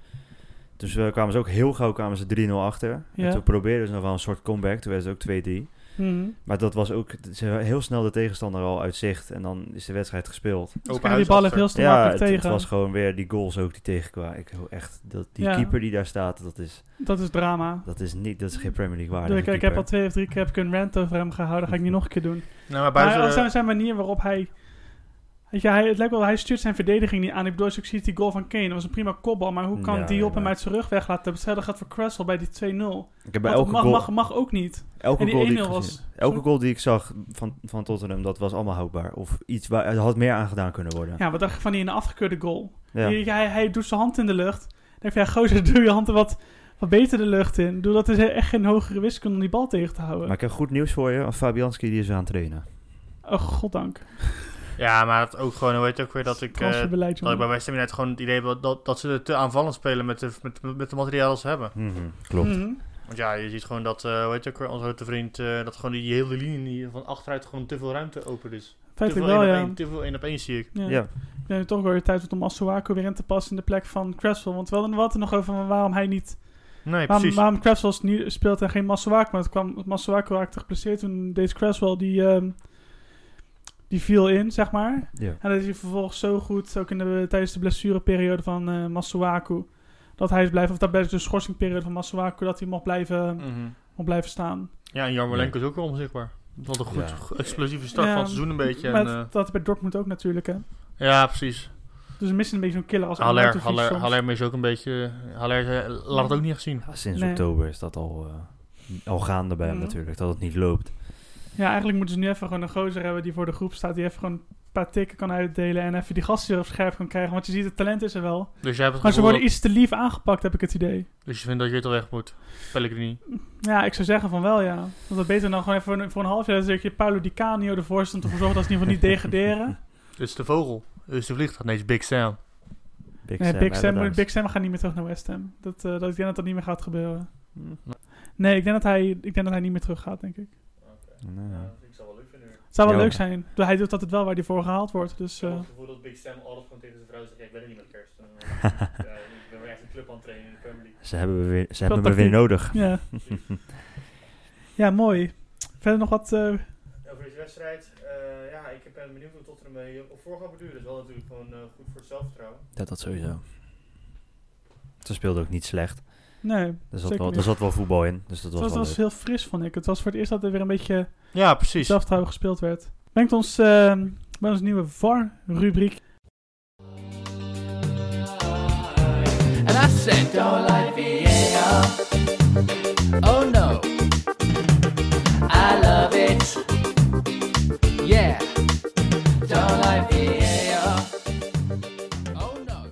Speaker 4: Dus eh, kwamen ze ook heel gauw kwamen ze 3-0 achter.
Speaker 3: Ja.
Speaker 4: En toen probeerden ze nog wel een soort comeback. Toen werd het ook 2-3.
Speaker 3: Mhm.
Speaker 4: Maar dat was ook ze hadden heel snel de tegenstander al uit zicht. En dan is de wedstrijd gespeeld.
Speaker 3: Dus krijgen die bal heeft heel snel
Speaker 4: Ja, het,
Speaker 3: makkelijk
Speaker 4: het
Speaker 3: tegen.
Speaker 4: was gewoon weer die goals ook die tegenkwamen. Ik hoor echt, dat, die
Speaker 3: Ja.
Speaker 4: keeper die daar staat, dat is,
Speaker 3: Dat is drama.
Speaker 4: dat is, niet, dat is geen Premier League waarde.
Speaker 3: Dus ik, ik heb al twee of drie keer heb ik een rant over hem gehouden. Ga ik niet nog een keer doen.
Speaker 2: Nou, maar
Speaker 3: Maar oh,
Speaker 2: buiten...
Speaker 3: als zijn, zijn manier waarop hij... Weet je, hij, het lijkt wel, hij stuurt zijn verdediging niet aan. Ik bedoel, als ik zie die goal van Kane, dat was een prima kopbal. Maar hoe kan
Speaker 4: Ja,
Speaker 3: die op
Speaker 4: ja.
Speaker 3: hem uit zijn rug weg laten? Hetzelfde gaat voor Cressel bij die 2-0.
Speaker 4: Ik heb bij
Speaker 3: Want
Speaker 4: elke
Speaker 3: het mag,
Speaker 4: goal,
Speaker 3: mag, mag ook niet.
Speaker 4: elke
Speaker 3: en die
Speaker 4: goal die
Speaker 3: 1-0
Speaker 4: ik
Speaker 3: was-
Speaker 4: gezien-
Speaker 3: Sorry?
Speaker 4: elke goal die ik zag van, van Tottenham, dat was allemaal houdbaar. Of iets waar er had meer aan gedaan kunnen worden.
Speaker 3: Ja, wat dacht je van die in de afgekeurde goal?
Speaker 4: Ja.
Speaker 3: Die- hij, hij doet zijn hand in de lucht. Dan denk je, ja, gozer, (laughs) doe je hand er wat, wat beter de lucht in. Doe dat is echt geen hogere wiskunde om die bal tegen te houden.
Speaker 4: Maar ik heb goed nieuws voor je. Fabianski die is weer aan het trainen.
Speaker 3: Oh, goddank.
Speaker 2: Ja, maar het ook gewoon, hoe heet het ook weer, dat ik, eh,
Speaker 3: Transferbeleid,
Speaker 2: dat ik bij
Speaker 3: jongen.
Speaker 2: West Ham United gewoon het idee heb dat- dat, dat ze te aanvallend spelen met de, met, met de materialen als ze hebben.
Speaker 4: Mhm, Klopt.
Speaker 3: Mhm.
Speaker 2: Want ja, je ziet gewoon dat, eh hoe heet het ook weer, onze grote vriend, eh, dat gewoon die hele linie van achteruit gewoon te veel ruimte open is. Te veel
Speaker 3: Feitelijk wel,
Speaker 2: één op
Speaker 3: ja.
Speaker 2: één- te veel één op één zie ik.
Speaker 3: Ja.
Speaker 4: Ja.
Speaker 3: Ik neem toch wel weer tijd om Asuaku weer in te passen in de plek van Cresswell. Want we hadden we hadden het er nog over van waarom hij niet...
Speaker 2: Nee,
Speaker 3: waarom,
Speaker 2: precies.
Speaker 3: waarom Cresswell nu speelt en geen Masuaku. Maar het kwam, Masuaku raakte geblesseerd. Toen deed Cresswell die, ehm, die viel in, zeg maar.
Speaker 4: Ja.
Speaker 3: En dat is hij vervolgens zo goed, ook in de, tijdens de blessureperiode van eh Masuaku, dat hij is blijven, of dat bij de schorsingperiode van Masuaku, dat hij mocht blijven,
Speaker 2: Mhm.
Speaker 3: mocht blijven staan.
Speaker 2: Ja, en Jarmolenko is ook wel onzichtbaar. Wat een goed,
Speaker 4: Ja.
Speaker 2: go- explosieve start
Speaker 3: Ja,
Speaker 2: van het seizoen een beetje.
Speaker 3: Maar
Speaker 2: En,
Speaker 3: dat-
Speaker 2: eh,
Speaker 3: dat bij Dortmund ook natuurlijk, hè.
Speaker 2: ja, precies.
Speaker 3: Dus we missen een beetje zo'n killer als
Speaker 2: Haller,
Speaker 3: Arnautovic
Speaker 2: Haller,
Speaker 3: soms.
Speaker 2: Haller is ook een beetje... Haller eh, laat het ook niet echt zien.
Speaker 4: Ja, Ah, sinds
Speaker 3: Nee.
Speaker 4: oktober is dat al, eh, al gaande bij hem
Speaker 3: Mhm.
Speaker 4: natuurlijk. Dat het niet loopt.
Speaker 3: Ja, eigenlijk moeten ze nu even gewoon een gozer hebben die voor de groep staat, die even gewoon een paar tikken kan uitdelen en even die gasten er op scherp kan krijgen. Want je ziet, het talent is er wel.
Speaker 2: Dus jij hebt het
Speaker 3: Maar ze
Speaker 2: gevoel
Speaker 3: worden
Speaker 2: dat,
Speaker 3: iets te lief aangepakt, heb ik het idee.
Speaker 2: Dus je vindt dat je het al weg moet. Pellegrini.
Speaker 3: Ja, ik zou zeggen van wel, ja. Want dat beter dan gewoon even voor een, voor een half jaar... dat je Paolo Di Canio ervoor stond... om te zorgen dat ze in ieder geval niet degraderen.
Speaker 2: Dit is de vogel. Dit is de vliegtuig. Nee, het is Big Sam.
Speaker 4: Big
Speaker 3: nee, Big, Sam,
Speaker 4: Allardyce.
Speaker 3: Big Sam gaat niet meer terug naar West Ham. Dat, eh, dat, ik denk dat dat niet meer gaat gebeuren.
Speaker 4: Hm.
Speaker 3: Nee, ik denk dat hij, ik denk dat hij niet meer terug gaat, denk ik.
Speaker 4: Nee.
Speaker 3: Het zou wel
Speaker 4: Ja.
Speaker 3: leuk zijn. Hij doet altijd wel waar hij voor gehaald wordt.
Speaker 2: (laughs)
Speaker 3: Dus, eh,
Speaker 2: gevoel dat Big Sam altijd gewoon tegen zijn vrouw zegt... ik ben er niet met kerst. eh, ja, ik ben weer echt een club aan het trainen in de Premier League.
Speaker 4: Ze hebben me weer, ze
Speaker 3: Wel
Speaker 4: hebben me weer
Speaker 3: tactiek.
Speaker 4: nodig.
Speaker 3: ja. ja, mooi. Verder nog wat... eh,
Speaker 2: Over deze wedstrijd... eh, ja, ik ben benieuwd hoe Tottenham ermee op voor gaat beduren. Dat is wel natuurlijk gewoon eh, goed voor het zelfvertrouwen.
Speaker 4: Dat, dat sowieso. Ze speelden ook niet slecht.
Speaker 3: nee,
Speaker 4: Er zat,
Speaker 3: Zeker
Speaker 4: wel, er
Speaker 3: niet.
Speaker 4: zat wel voetbal in. Dus dat
Speaker 3: het
Speaker 4: was
Speaker 3: was,
Speaker 4: wel
Speaker 3: was
Speaker 4: leuk.
Speaker 3: heel fris, vond ik. Het was voor het eerst dat er weer een beetje
Speaker 2: Ja, precies.
Speaker 3: zelfvertrouwen gespeeld werd. Brengt ons eh, bij onze nieuwe VAR-rubriek.
Speaker 1: And I said, don't like VAR. Oh no. I love it. Yeah. Don't like VAR. Oh no.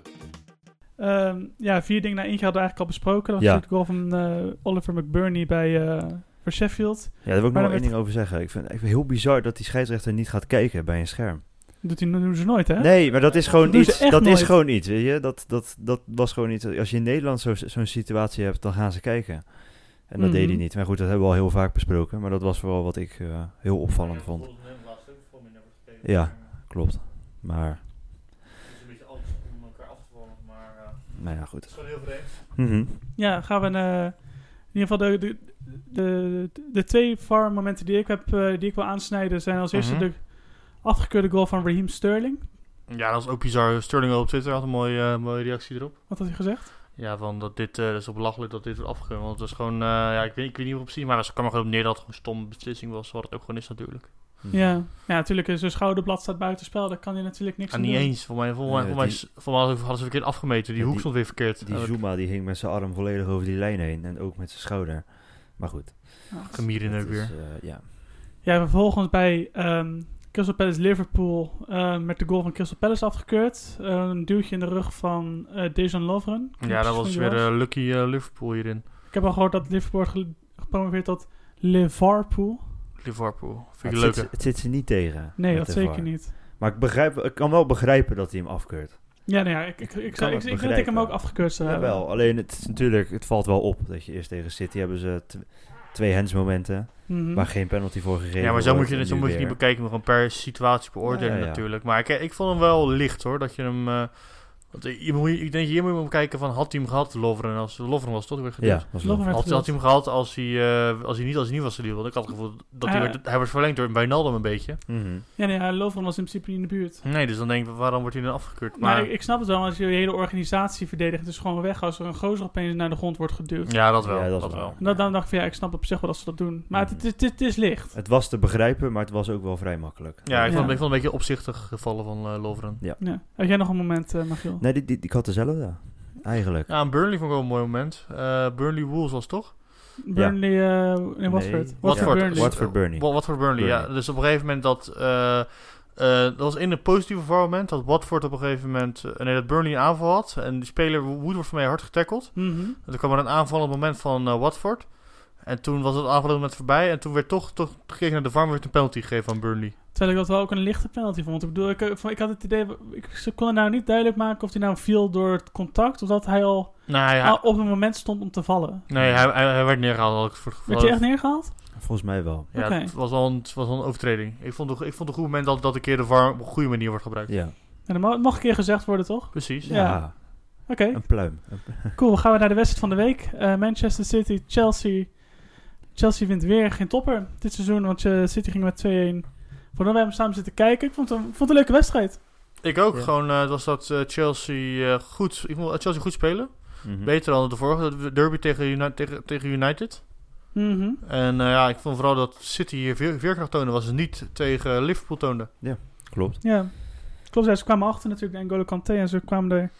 Speaker 3: Ehm, ja, vier dingen na eentje hadden we eigenlijk al besproken. Dat was
Speaker 4: Ja.
Speaker 3: natuurlijk de goal van eh, Oliver McBurney bij eh, voor Sheffield.
Speaker 4: Ja, daar wil ik nog
Speaker 3: Maar dan
Speaker 4: wel één ding over zeggen. Ik vind het even heel bizar dat die scheidsrechter niet gaat kijken bij een scherm.
Speaker 3: Dat doet hij doen ze nooit, hè?
Speaker 4: Nee, maar dat is gewoon
Speaker 3: doen ze
Speaker 4: iets.
Speaker 3: echt
Speaker 4: Dat is
Speaker 3: nooit.
Speaker 4: gewoon iets, weet je. Dat, dat, dat was gewoon iets. Als je in Nederland zo- zo'n situatie hebt, dan gaan ze kijken. En dat
Speaker 3: Mhm.
Speaker 4: deed hij niet. Maar goed, dat hebben we al heel vaak besproken. Maar dat was vooral wat ik eh, heel opvallend vond. Ja. Klopt. Maar,
Speaker 2: Het is een beetje alles om elkaar af te vallen, maar eh,
Speaker 4: nou ja,
Speaker 2: het
Speaker 4: goed.
Speaker 2: is gewoon heel vreemd.
Speaker 4: Mhm.
Speaker 3: Ja, gaan we een, eh, In ieder geval de, de, de, de twee VAR momenten die ik, heb, eh, die ik wil aansnijden zijn als eerste
Speaker 2: Mhm.
Speaker 3: de afgekeurde goal van Raheem Sterling.
Speaker 2: Ja, dat is ook bizar. Sterling op Twitter had een mooie, eh, mooie reactie erop.
Speaker 3: Wat had hij gezegd?
Speaker 2: Ja, van dat dit, eh dat is op belachelijk dat dit wordt afgekeurd. Want het is gewoon, eh, ja, ik weet, ik weet niet hoe precies, maar dat kwam er gewoon op neer dat het gewoon een stomme beslissing was, wat het ook gewoon is natuurlijk.
Speaker 4: Mhm.
Speaker 3: Ja. ja, natuurlijk is zijn schouderblad staat buitenspel. Daar kan hij natuurlijk niks
Speaker 2: En
Speaker 3: aan
Speaker 2: Ah, niet
Speaker 3: doen.
Speaker 2: eens, voor mij, voor mij,
Speaker 4: Nee,
Speaker 2: voor mij,
Speaker 4: die-
Speaker 2: is- voor mij hadden ze- hadden ze verkeerd afgemeten. Die
Speaker 4: Ja,
Speaker 2: hoek
Speaker 4: die-
Speaker 2: stond weer verkeerd.
Speaker 4: Die
Speaker 2: Eh,
Speaker 4: Zuma die hing met zijn arm volledig over die lijn heen. En ook met zijn schouder. Maar goed.
Speaker 3: Ja.
Speaker 2: Kamirin
Speaker 4: dat
Speaker 2: ook
Speaker 4: is,
Speaker 2: weer.
Speaker 4: eh, ja.
Speaker 3: Ja, vervolgens bij ehm Crystal Palace Liverpool eh, met de goal van Crystal Palace afgekeurd. Eh, een duwtje in de rug van eh Dejan Lovren.
Speaker 2: Ja, dat was weer
Speaker 3: Ik
Speaker 2: eh, lucky eh, Liverpool hierin.
Speaker 3: heb al gehoord dat Liverpool wordt ge- gepromoveerd tot Liverpool.
Speaker 2: Liverpool.
Speaker 4: Maar
Speaker 2: Vind
Speaker 4: Het
Speaker 2: ik
Speaker 4: zit,
Speaker 2: leuk.
Speaker 4: ze- het zit ze niet tegen.
Speaker 3: Nee,
Speaker 4: met
Speaker 3: dat
Speaker 4: de
Speaker 3: zeker
Speaker 4: VAR.
Speaker 3: niet.
Speaker 4: Maar ik, begrijp, ik kan wel begrijpen dat hij hem afkeurt.
Speaker 3: Ja, nou ja, ik, ik, ik,
Speaker 4: Ik kan
Speaker 3: zou, ik, ik denk
Speaker 4: het
Speaker 3: dat ik hem
Speaker 4: begrijpen.
Speaker 3: ook afgekeurd zou hebben.
Speaker 4: Jawel, alleen het, is natuurlijk, het valt wel op dat je eerst tegen City hebben ze tw- twee hands momenten.
Speaker 3: Mhm.
Speaker 4: Waar geen penalty voor gegeven
Speaker 2: Hm? Ja, maar zo
Speaker 4: wordt
Speaker 2: moet je,
Speaker 4: en
Speaker 2: zo
Speaker 4: nu
Speaker 2: moet je niet
Speaker 4: weer.
Speaker 2: bekijken, maar gewoon per situatie beoordelen
Speaker 4: Ja, ja, ja.
Speaker 2: natuurlijk. Maar ik, ik vond hem wel licht hoor, dat je hem... eh, want je moet, je- ik denk, hier moet je hem kijken van, had hij hem gehad, Lovren? Als Lovren was, toch? Die werd geduwd.
Speaker 4: Ja, was
Speaker 3: Lovren
Speaker 4: wel.
Speaker 3: werd
Speaker 2: Had,
Speaker 3: geduwd.
Speaker 2: had hij hem gehad als hij, eh, als hij, niet, als hij niet was geduwd? Want ik had het gevoel dat hij,
Speaker 3: Ah.
Speaker 2: werd, hij werd verlengd door Wijnaldum een beetje.
Speaker 4: Mhm.
Speaker 3: Ja, nee, ja, Lovren was in principe niet in de buurt.
Speaker 2: Nee, dus dan denk ik, waarom wordt hij dan
Speaker 4: Nou,
Speaker 2: afgekeurd?
Speaker 3: Maar
Speaker 2: Maar,
Speaker 3: ik, ik snap het wel, want als je je hele organisatie verdedigt, het is gewoon weg als er een gozer opeens naar de grond wordt geduwd.
Speaker 2: ja, dat wel.
Speaker 4: Ja, dat
Speaker 2: dat
Speaker 4: is waar.
Speaker 2: wel.
Speaker 3: En dat, dan dacht ik van ja, ik snap op zich wel dat ze dat doen. Maar het,
Speaker 4: Mhm.
Speaker 3: het, het, het is licht.
Speaker 4: Het was te begrijpen, maar het was ook wel vrij makkelijk.
Speaker 2: Ja, ik
Speaker 3: Ja.
Speaker 2: vond, hem- ik vond hem een beetje opzichtig gevallen van eh, Lovren.
Speaker 3: Ja. Had jij nog een moment, eh Magiel?
Speaker 4: Nee, die, die, ik had dezelfde. Eigenlijk.
Speaker 2: Ja, en Burnley vond ik wel een mooi moment. Eh, Burnley Wolves was het, toch?
Speaker 3: Burnley eh in Watford.
Speaker 4: Nee.
Speaker 2: Watford.
Speaker 3: Watford Burnley.
Speaker 4: Wat voor Burnley.
Speaker 2: Wa- Watford Burnley, ja.
Speaker 4: Burnley.
Speaker 2: Dus op een gegeven moment dat... eh, eh, dat was in een positieve moment dat Watford op een gegeven moment... eh, nee, dat Burnley een aanval had. En die speler Woodward van mij hard getackeld.
Speaker 3: Mhm.
Speaker 2: En toen kwam er een aanvallend moment van eh, Watford. En toen was het aanvallend moment voorbij. En toen werd toch, toch ging ik naar de farm werd een penalty gegeven aan Burnley.
Speaker 3: Terwijl ik dat wel ook een lichte penalty vond. Ik bedoel, ik, eh, vond- ik had het idee, ik ze kon het nou niet duidelijk maken of hij nou viel door het contact of dat hij al
Speaker 2: Nee, hij,
Speaker 3: al op een moment stond om te vallen.
Speaker 2: nee, Nou hij, hij, hij werd neergehaald. Had ik het voor het
Speaker 3: Werd
Speaker 2: geval.
Speaker 3: hij echt neergehaald?
Speaker 4: Volgens mij wel.
Speaker 2: Ja,
Speaker 3: Oké.
Speaker 2: het was wel een, het was wel een overtreding. Ik vond het, ik vond het een goed moment dat, dat een keer de VAR op een goede manier wordt gebruikt.
Speaker 4: Ja.
Speaker 3: Ja, dat mag, mag een keer gezegd worden, toch?
Speaker 2: Precies.
Speaker 3: Ja.
Speaker 4: Ja.
Speaker 3: Oké,
Speaker 4: Een pluim. Een pl-
Speaker 3: cool. Dan gaan we naar de wedstrijd van de week. Eh, Manchester City, Chelsea. Chelsea wint weer geen topper dit seizoen, want eh, City ging met 2-1. Voordat wij hem samen zitten kijken, ik vond het een, vond het een leuke wedstrijd.
Speaker 2: Ik ook.
Speaker 4: Ja.
Speaker 2: Gewoon eh, het was dat eh, Chelsea eh, goed. Ik vond Chelsea goed spelen.
Speaker 4: Mhm.
Speaker 2: Beter dan de vorige de derby tegen, Uni- tegen, tegen United.
Speaker 3: Mhm.
Speaker 2: En eh, ja, ik vond vooral dat City hier veer- veerkracht toonde, was het niet tegen Liverpool toonde.
Speaker 4: Mhm. Klopt.
Speaker 3: Ja, klopt. Ja, ze kwamen achter natuurlijk de N'Golo Kanté en ze kwamen er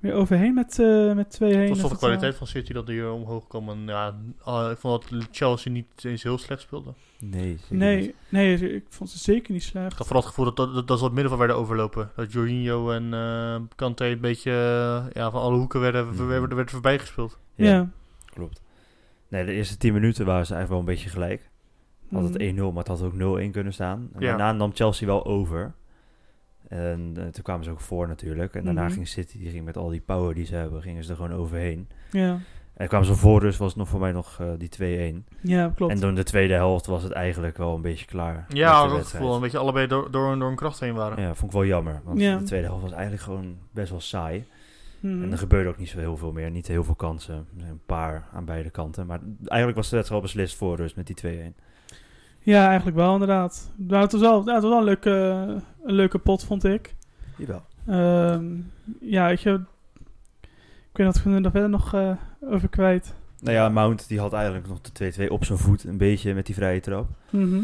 Speaker 3: weer overheen met, eh met 2-1.
Speaker 2: Tot
Speaker 3: En
Speaker 2: op de
Speaker 3: dat,
Speaker 2: kwaliteit van City dat die hier omhoog kwam. En ja, ah, ik vond dat Chelsea niet eens heel slecht speelde.
Speaker 4: Nee.
Speaker 3: eh,
Speaker 4: zeker niet.
Speaker 3: nee, nee, ik vond ze zeker niet slecht.
Speaker 2: Ik had vooral het gevoel dat, dat, dat ze op het middenveld werden overlopen. Dat Jorginho en eh Kante een beetje eh, ja, van alle hoeken werden,
Speaker 4: Mhm.
Speaker 2: werden, werden voorbij gespeeld.
Speaker 3: ja.
Speaker 4: Klopt. Nee, de eerste 10 minuten waren ze eigenlijk wel een beetje gelijk. Had
Speaker 3: Mhm.
Speaker 4: het 1-0, maar het had ook 0-1 kunnen staan. En
Speaker 2: Ja.
Speaker 4: Daarna nam Chelsea wel over. En eh, toen kwamen ze ook voor natuurlijk. En daarna
Speaker 3: Mhm.
Speaker 4: ging City, die ging met al die power die ze hebben, gingen ze er gewoon overheen.
Speaker 3: Ja,
Speaker 4: En kwamen ze voor, dus was het nog voor mij nog eh, die 2-1.
Speaker 3: ja klopt.
Speaker 4: En door de tweede helft was het eigenlijk wel een beetje klaar. met
Speaker 2: Ja,
Speaker 4: de
Speaker 2: dat
Speaker 4: wedstrijd.
Speaker 2: gevoel. Een beetje allebei door, door, hun- door hun kracht heen waren.
Speaker 4: Ja, vond ik wel jammer. Want
Speaker 3: Ja.
Speaker 4: de tweede helft was eigenlijk gewoon best wel saai.
Speaker 3: Mhm.
Speaker 4: En er gebeurde ook niet zo heel veel meer. Niet heel veel kansen. Er zijn Een paar aan beide kanten. Maar eigenlijk was de wedstrijd al beslist voor dus met die 2-1.
Speaker 3: Ja, eigenlijk wel, inderdaad. Nou, het was wel, ja, het was wel een, leuke, een leuke pot, vond ik.
Speaker 4: Jawel.
Speaker 3: Ehm, ja, weet je... Ik weet niet of ik er verder nog eh, over kwijt.
Speaker 4: Nou ja, Mount die had eigenlijk nog de 2-2 op zijn voet. Een beetje met die vrije trap.
Speaker 3: Mhm.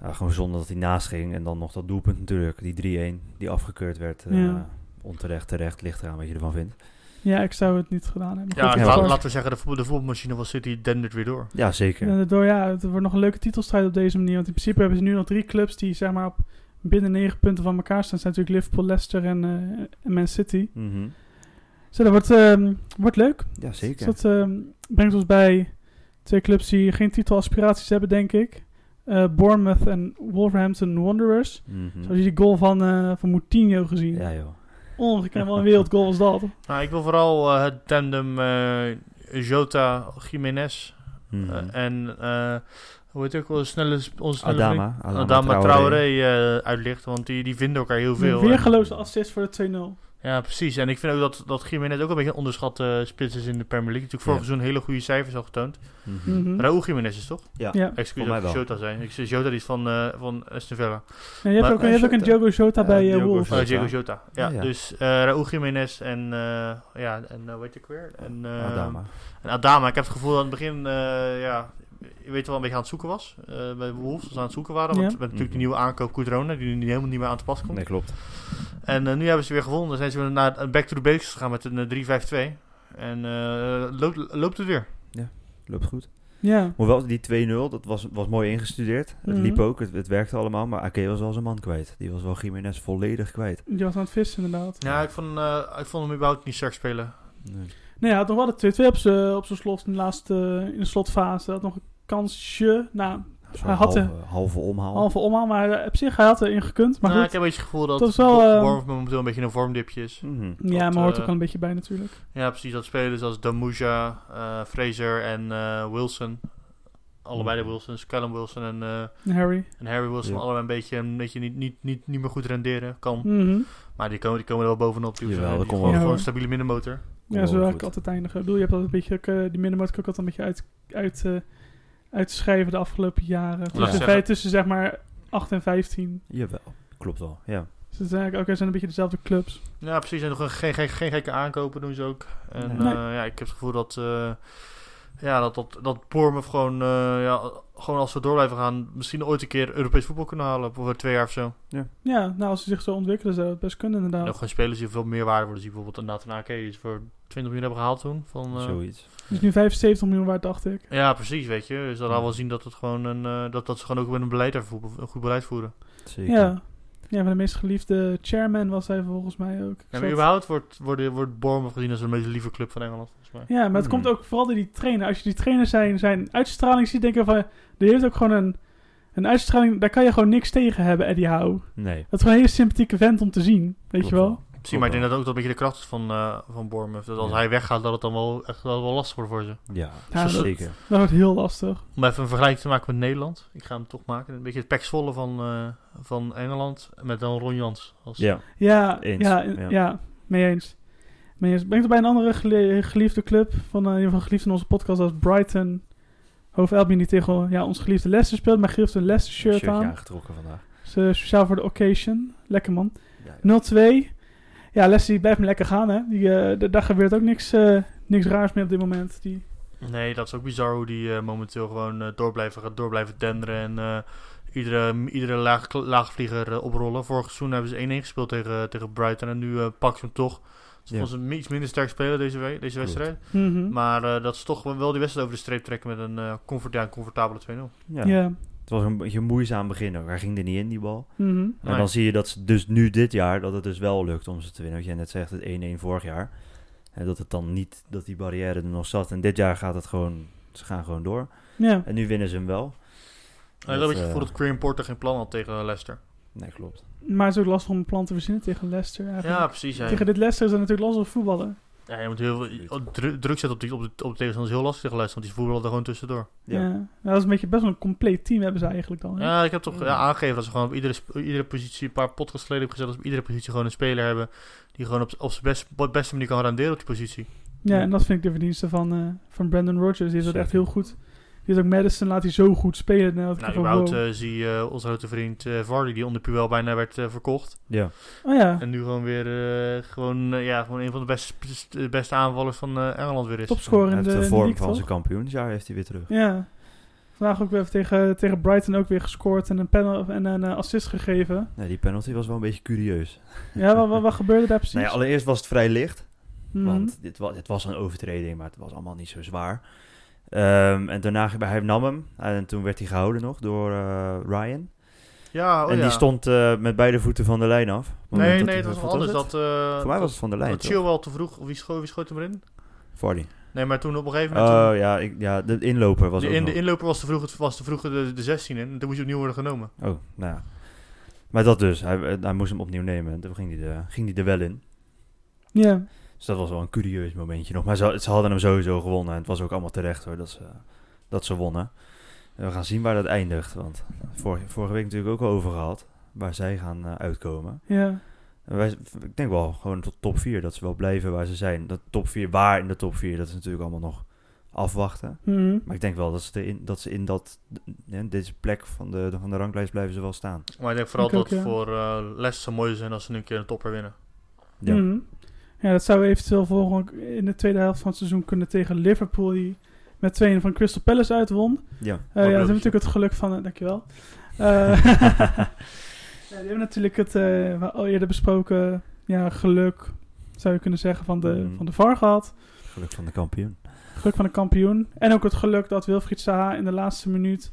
Speaker 4: Ja, gewoon zonde dat hij naast ging. En dan nog dat doelpunt natuurlijk. Die 3-1 die afgekeurd werd. eh,
Speaker 3: Ja.
Speaker 4: Onterecht, terecht. Ligt eraan wat je ervan vindt.
Speaker 3: Ja, ik zou het niet gedaan hebben.
Speaker 2: Ja,
Speaker 3: Goed,
Speaker 4: ja,
Speaker 2: la-
Speaker 4: maar-
Speaker 2: laten we zeggen, de, voetbal, de voetbalmachine van City dendert weer door.
Speaker 4: Ja, zeker.
Speaker 3: En daardoor, ja, het wordt nog een leuke titelstrijd op deze manier. Want in principe hebben ze nu nog drie clubs die zeg maar op binnen negen punten van elkaar staan. Dat zijn natuurlijk Liverpool, Leicester en, eh, en Man City.
Speaker 4: Mhm.
Speaker 3: Dus dat wordt, ehm, wordt leuk.
Speaker 4: Ja,
Speaker 3: Dus
Speaker 4: zeker.
Speaker 3: dat ehm, brengt ons bij twee clubs die geen titelaspiraties hebben, denk ik. Eh, Bournemouth en Wolverhampton Wanderers.
Speaker 2: Hm.
Speaker 4: Mhm.
Speaker 3: Zoals je die goal van, eh van Moutinho gezien.
Speaker 4: Ja, joh.
Speaker 3: Ongekend, wat een wereldgoal was dat.
Speaker 2: Nou, ik wil vooral eh, het tandem eh, Jota, Jiménez eh,
Speaker 4: Mhm.
Speaker 2: en eh, hoe heet het ook, onze snelle, sp- onze snelle vriend
Speaker 4: Adama.
Speaker 2: Adama Traoré eh, uitlichten, want die, die vinden elkaar heel
Speaker 3: Een
Speaker 2: veel. En-
Speaker 3: weergeloze assist voor de 2-0.
Speaker 2: Ja, precies. En ik vind ook dat, dat Jiménez ook een beetje een onderschatte spits is in de Premier League. Natuurlijk vorig
Speaker 4: Ja.
Speaker 2: seizoen hele goede cijfers al getoond.
Speaker 4: Mhm.
Speaker 3: Mhm.
Speaker 2: Raúl Jiménez is toch?
Speaker 4: Ja.
Speaker 3: Ja.
Speaker 2: Excuus
Speaker 4: Voor mij
Speaker 2: dat ik
Speaker 4: wel.
Speaker 2: Jota zijn. Ik zie Jota die is van, eh van Aston Villa.
Speaker 3: Nee, je hebt
Speaker 2: Maar-
Speaker 3: ook, je hebt ook een
Speaker 4: Jota.
Speaker 3: Diogo Jota
Speaker 4: Ja,
Speaker 3: bij eh,
Speaker 4: Diogo
Speaker 3: Wolves.
Speaker 2: Oh,
Speaker 4: Jota. Ah,
Speaker 2: Diego Jota. Ja,
Speaker 4: Ja, ja.
Speaker 2: dus eh Raúl Jiménez en eh ja, en eh, weet ik weer. En, eh,
Speaker 4: Adama.
Speaker 2: En Adama, ik heb het gevoel dat aan het begin, eh, ja, je weet wel, een beetje aan het zoeken was. eh, bij Wolves, dat ze aan het zoeken waren.
Speaker 3: Ja.
Speaker 2: Want met natuurlijk de
Speaker 4: Mhm.
Speaker 2: nieuwe aankoop Kudrone, die nu helemaal niet meer aan te pas komt.
Speaker 4: Nee, klopt.
Speaker 2: En eh, nu hebben ze weer gewonnen. Dan zijn ze weer naar eh, back to the basics gegaan met een eh, 3-5-2. En eh, loopt, loopt het weer.
Speaker 4: Loopt goed.
Speaker 3: Ja.
Speaker 4: Hoewel, die 2-0, dat was, was mooi ingestudeerd. Het
Speaker 3: Mhm.
Speaker 4: liep ook, het, het werkte allemaal. Maar Ake was wel zijn man kwijt. Die was wel Jiménez volledig kwijt.
Speaker 3: Die was aan het vissen, inderdaad.
Speaker 2: Ja, ik vond, eh, ik vond hem überhaupt niet sterk spelen.
Speaker 4: Nee.
Speaker 3: Nee, hij had nog Nou wel de 2-2 op zijn- op zijn slot in de, laatste, eh, in de slotfase. Hij had nog een kansje, nou,
Speaker 2: Oh.
Speaker 4: Zo'n
Speaker 3: Hij had
Speaker 4: halve,
Speaker 3: de-
Speaker 4: halve omhaal.
Speaker 3: halve omhaal, maar hij- op zich, hij had erin gekund. Maar
Speaker 2: Maar Nou, ik
Speaker 3: goed,
Speaker 2: heb een beetje het gevoel dat
Speaker 3: Het was wel,
Speaker 2: Bo-
Speaker 3: eh,
Speaker 2: Bournemouth momenteel een beetje in een vormdipje is.
Speaker 4: Mhm.
Speaker 3: ja,
Speaker 2: dat,
Speaker 3: maar hoort
Speaker 2: eh,
Speaker 3: ook wel een beetje bij natuurlijk.
Speaker 2: Ja, precies. Dat spelers als Damuja, eh Fraser en eh, Wilson. Allebei de Wilsons. Callum Wilson en, eh,
Speaker 3: Harry.
Speaker 2: en Harry Wilson.
Speaker 4: Ja.
Speaker 2: Allebei een beetje, een beetje niet, niet, niet, niet meer goed renderen. Kan.
Speaker 3: Mhm.
Speaker 2: Maar die komen, die komen er wel bovenop. Die
Speaker 4: Jawel,
Speaker 2: die
Speaker 4: dat komt
Speaker 2: gewoon,
Speaker 3: wel.
Speaker 2: gewoon
Speaker 3: Ja,
Speaker 2: een stabiele middenmotor.
Speaker 3: Ja, zo
Speaker 4: wel
Speaker 3: wil
Speaker 4: Oh, goed.
Speaker 3: ik altijd eindigen. Ik bedoel, je hebt altijd een beetje, ook, eh, die middenmoot ook altijd een beetje uit, uit, eh, uitschrijven de afgelopen jaren. Tussen,
Speaker 2: zeggen.
Speaker 3: vijf- tussen zeg maar 8 en 15.
Speaker 4: Jawel, klopt wel. Ja.
Speaker 3: Dus het zijn eigenlijk ook, het zijn een beetje dezelfde clubs.
Speaker 2: Ja, precies. En nog een- geen, geen, geen gekke aankopen doen ze ook. En
Speaker 4: Nee.
Speaker 2: eh,
Speaker 3: Nee.
Speaker 2: ja, ik heb het gevoel dat... eh, ja, dat, dat, dat Bournemouth gewoon, eh, ja, gewoon als we door blijven gaan... misschien ooit een keer Europees voetbal kunnen halen. Over twee jaar of zo.
Speaker 3: Ja, nou, als ze zich zo ontwikkelen, zou het best kunnen
Speaker 2: En ook
Speaker 3: inderdaad.
Speaker 2: gewoon spelers die veel meer waarde worden. Die bijvoorbeeld een Nathan Ake is voor 20 miljoen hebben gehaald toen. Van, eh,
Speaker 4: Zoiets.
Speaker 3: Het is Dus nu 75 miljoen waard, dacht ik.
Speaker 2: ja, precies, weet je. Dus dat laat
Speaker 4: Ja.
Speaker 2: wel zien dat, het gewoon een, eh, dat, dat ze gewoon ook met een beleid daarvoor een goed beleid voeren.
Speaker 4: Zeker.
Speaker 3: Ja. ja, van de meest geliefde chairman was hij volgens mij ook. Ik
Speaker 2: Ja,
Speaker 3: zat-
Speaker 2: maar überhaupt wordt, wordt, wordt Bournemouth gezien als de meest lieve club van Engeland, volgens mij.
Speaker 3: Ja, maar het
Speaker 4: Mhm.
Speaker 3: komt ook vooral door die trainer. Als je die trainer zijn, zijn uitstraling ziet, denk je van... Die heeft ook gewoon een, een uitstraling... Daar kan je gewoon niks tegen hebben, Eddie Howe.
Speaker 4: Nee.
Speaker 3: Dat is gewoon een hele sympathieke vent om te zien. Weet
Speaker 4: klopt
Speaker 3: je wel?
Speaker 2: Zie, maar ik denk dat ook dat een beetje de kracht is van, eh van Bournemouth. Dat als
Speaker 4: Ja.
Speaker 2: hij weggaat, dat het dan wel echt wel, wel lastig wordt voor ze.
Speaker 4: Ja,
Speaker 3: Ja, dat-
Speaker 4: zeker.
Speaker 3: Dat wordt heel lastig.
Speaker 2: Om even een vergelijking te maken met Nederland. Ik ga hem toch maken. Een beetje het peksvolle van, eh, van Engeland. Met dan Ron Jans. Als,
Speaker 4: Ja,
Speaker 3: Ja,
Speaker 4: Eens,
Speaker 3: ja,
Speaker 4: ja.
Speaker 3: ja. mee eens. Mee eens. Ben ik toch bij een andere gele- geliefde club... Van eh, een van geliefd in onze podcast als Brighton... Hoofd Albion die tegen ja, ons geliefde Leicester speelt. Maar geeft een Leicester shirt
Speaker 4: shirtje
Speaker 3: aan.
Speaker 4: aangetrokken vandaag.
Speaker 3: Dus, eh, speciaal voor de occasion. Lekker man.
Speaker 4: Ja,
Speaker 3: 0-2. Ja, Leslie blijft me lekker gaan, hè. Die, eh, d- daar gebeurt ook niks, eh, niks raars mee op dit moment. Die,
Speaker 2: Nee, dat is ook bizar hoe die eh, momenteel gewoon eh, door, blijven, gaat door blijven denderen. En eh, iedere, iedere laag, laagvlieger eh, oprollen. Vorig seizoen hebben ze 1-1 gespeeld tegen, tegen Brighton. En nu eh pakken ze hem toch. Ze
Speaker 4: Ja.
Speaker 2: vonden ze hem iets minder sterk spelen deze, we- deze wedstrijd.
Speaker 3: Mhm.
Speaker 2: Maar eh, dat ze toch wel die wedstrijd over de streep trekken met een, eh, comfort, ja, een comfortabele 2-0.
Speaker 4: ja.
Speaker 3: ja.
Speaker 4: Het was een beetje een moeizaam begin ook. Hij ging er niet in, die bal.
Speaker 3: Mhm.
Speaker 4: Maar
Speaker 2: Nee.
Speaker 4: dan zie je dat ze dus nu dit jaar, dat het dus wel lukt om ze te winnen. Wat jij net zegt, het 1-1 vorig jaar. En dat het dan niet, dat die barrière er nog zat. En dit jaar gaat het gewoon, ze gaan gewoon door.
Speaker 3: ja.
Speaker 4: En nu winnen ze hem wel.
Speaker 2: En dat heb ik het
Speaker 4: eh,
Speaker 2: gevoel dat Graham Porter geen plan had tegen Leicester.
Speaker 4: Nee, klopt.
Speaker 3: Maar het is ook lastig om een plan te verzinnen tegen Leicester eigenlijk.
Speaker 2: Ja, precies. Ja.
Speaker 3: Tegen dit Leicester is het natuurlijk lastig om voetballen.
Speaker 2: Ja, je moet heel veel oh, dru- druk zetten op, die, op, de, op de tegenstander. is heel lastig tegen Leicester, want die voetballen er gewoon tussendoor.
Speaker 4: Ja.
Speaker 3: Ja. Nou, Dat is een beetje best wel een compleet team hebben ze eigenlijk dan. hè.
Speaker 2: Ja, ik heb toch ja, aangegeven dat ze gewoon op iedere, sp- iedere positie een paar podcasts geleden hebben gezet. Dat ze op iedere positie gewoon een speler hebben die gewoon op, op zijn best, op de beste manier kan renderen op die positie.
Speaker 3: Ja, en dat vind ik de verdienste van, eh, van Brandon Rogers. Die is dat
Speaker 4: Zeker.
Speaker 3: echt heel goed. Die is ook Madison laat hij zo goed spelen. Nou, dat ik
Speaker 2: Nou,
Speaker 3: van,
Speaker 2: überhaupt
Speaker 3: wow.
Speaker 2: eh, zie je eh, onze grote vriend eh Vardy, die onder Puel bijna werd eh, verkocht.
Speaker 4: Ja.
Speaker 3: Oh ja,
Speaker 2: En nu gewoon weer eh, gewoon, eh, ja, gewoon een van de beste, sp- beste aanvallers van eh, Engeland weer is.
Speaker 3: topscorer
Speaker 4: Hij
Speaker 3: in de,
Speaker 4: heeft
Speaker 3: in
Speaker 4: de
Speaker 3: de
Speaker 4: vorm
Speaker 3: league,
Speaker 4: van
Speaker 3: toch?
Speaker 4: zijn kampioensjaar heeft hij weer terug.
Speaker 3: Ja. Vandaag ook weer tegen, tegen Brighton ook weer gescoord en een, panel, en een eh, assist gegeven.
Speaker 4: Nee, die penalty was wel een beetje curieus.
Speaker 3: Ja, wat, wat, wat gebeurde daar precies?
Speaker 4: Nou ja, allereerst was het vrij licht.
Speaker 3: Mhm.
Speaker 4: Want dit was, dit was een overtreding, maar het was allemaal niet zo zwaar. Ehm, en daarna, hij nam hem. En toen werd hij gehouden nog door eh, Ryan.
Speaker 2: Ja, oh
Speaker 4: en
Speaker 2: ja.
Speaker 4: die stond eh, met beide voeten van de lijn af. Op het moment
Speaker 2: Nee,
Speaker 4: dat
Speaker 2: nee,
Speaker 4: hij-
Speaker 2: het was
Speaker 4: wat
Speaker 2: wel anders.
Speaker 4: het?
Speaker 2: Dat, eh,
Speaker 4: Voor mij was het van de lijn,
Speaker 2: Dat
Speaker 4: toch?
Speaker 2: Chilwell te vroeg. Wie schoot, wie schoot hem erin?
Speaker 4: Vardy.
Speaker 2: Nee, maar toen op een gegeven moment...
Speaker 4: Oh ja, ik, ja, de inloper was
Speaker 2: de,
Speaker 4: ook
Speaker 2: in, de
Speaker 4: nog-
Speaker 2: inloper was te vroeg, het was te vroeg de, de 16 in. En toen moest hij opnieuw worden genomen.
Speaker 4: Oh, nou ja. Maar dat dus. Hij, hij moest hem opnieuw nemen. En toen ging hij, de, ging hij er wel in.
Speaker 3: Ja.
Speaker 4: Dus dat was wel een curieus momentje nog. Maar ze, ze hadden hem sowieso gewonnen. En het was ook allemaal terecht hoor, dat ze, dat ze wonnen. En we gaan zien waar dat eindigt. Want vorige, vorige week natuurlijk ook al over gehad. Waar zij gaan eh, uitkomen.
Speaker 3: Ja.
Speaker 4: En wij, ik denk wel gewoon tot top 4 dat ze wel blijven waar ze zijn. Dat top 4, waar in de top 4, dat is natuurlijk allemaal nog afwachten.
Speaker 3: Mhm.
Speaker 4: Maar ik denk wel dat ze, erin, dat, ze in dat, hè, deze plek van de, van de ranglijst blijven ze wel staan.
Speaker 2: Maar ik denk vooral
Speaker 3: Ik ook,
Speaker 2: dat het
Speaker 3: ja.
Speaker 2: voor eh Les zou mooi zou zijn als ze nu een keer een topper winnen.
Speaker 4: Ja.
Speaker 3: Mhm. Ja, dat zou eventueel volgende in de tweede helft van het seizoen kunnen tegen Liverpool, die met 2-1 van Crystal Palace uitwon. Eh,
Speaker 4: Ja.
Speaker 3: ja, ze hebben
Speaker 2: bruggetje.
Speaker 3: natuurlijk het geluk van... eh, dankjewel.
Speaker 2: (laughs)
Speaker 3: Eh, ja, die hebben natuurlijk het eh, we al eerder besproken ja, geluk, zou je kunnen zeggen, van de,
Speaker 4: Mhm.
Speaker 3: van de VAR gehad.
Speaker 4: Geluk van de kampioen.
Speaker 3: Geluk van de kampioen. En ook het geluk dat Wilfried Saha in de laatste minuut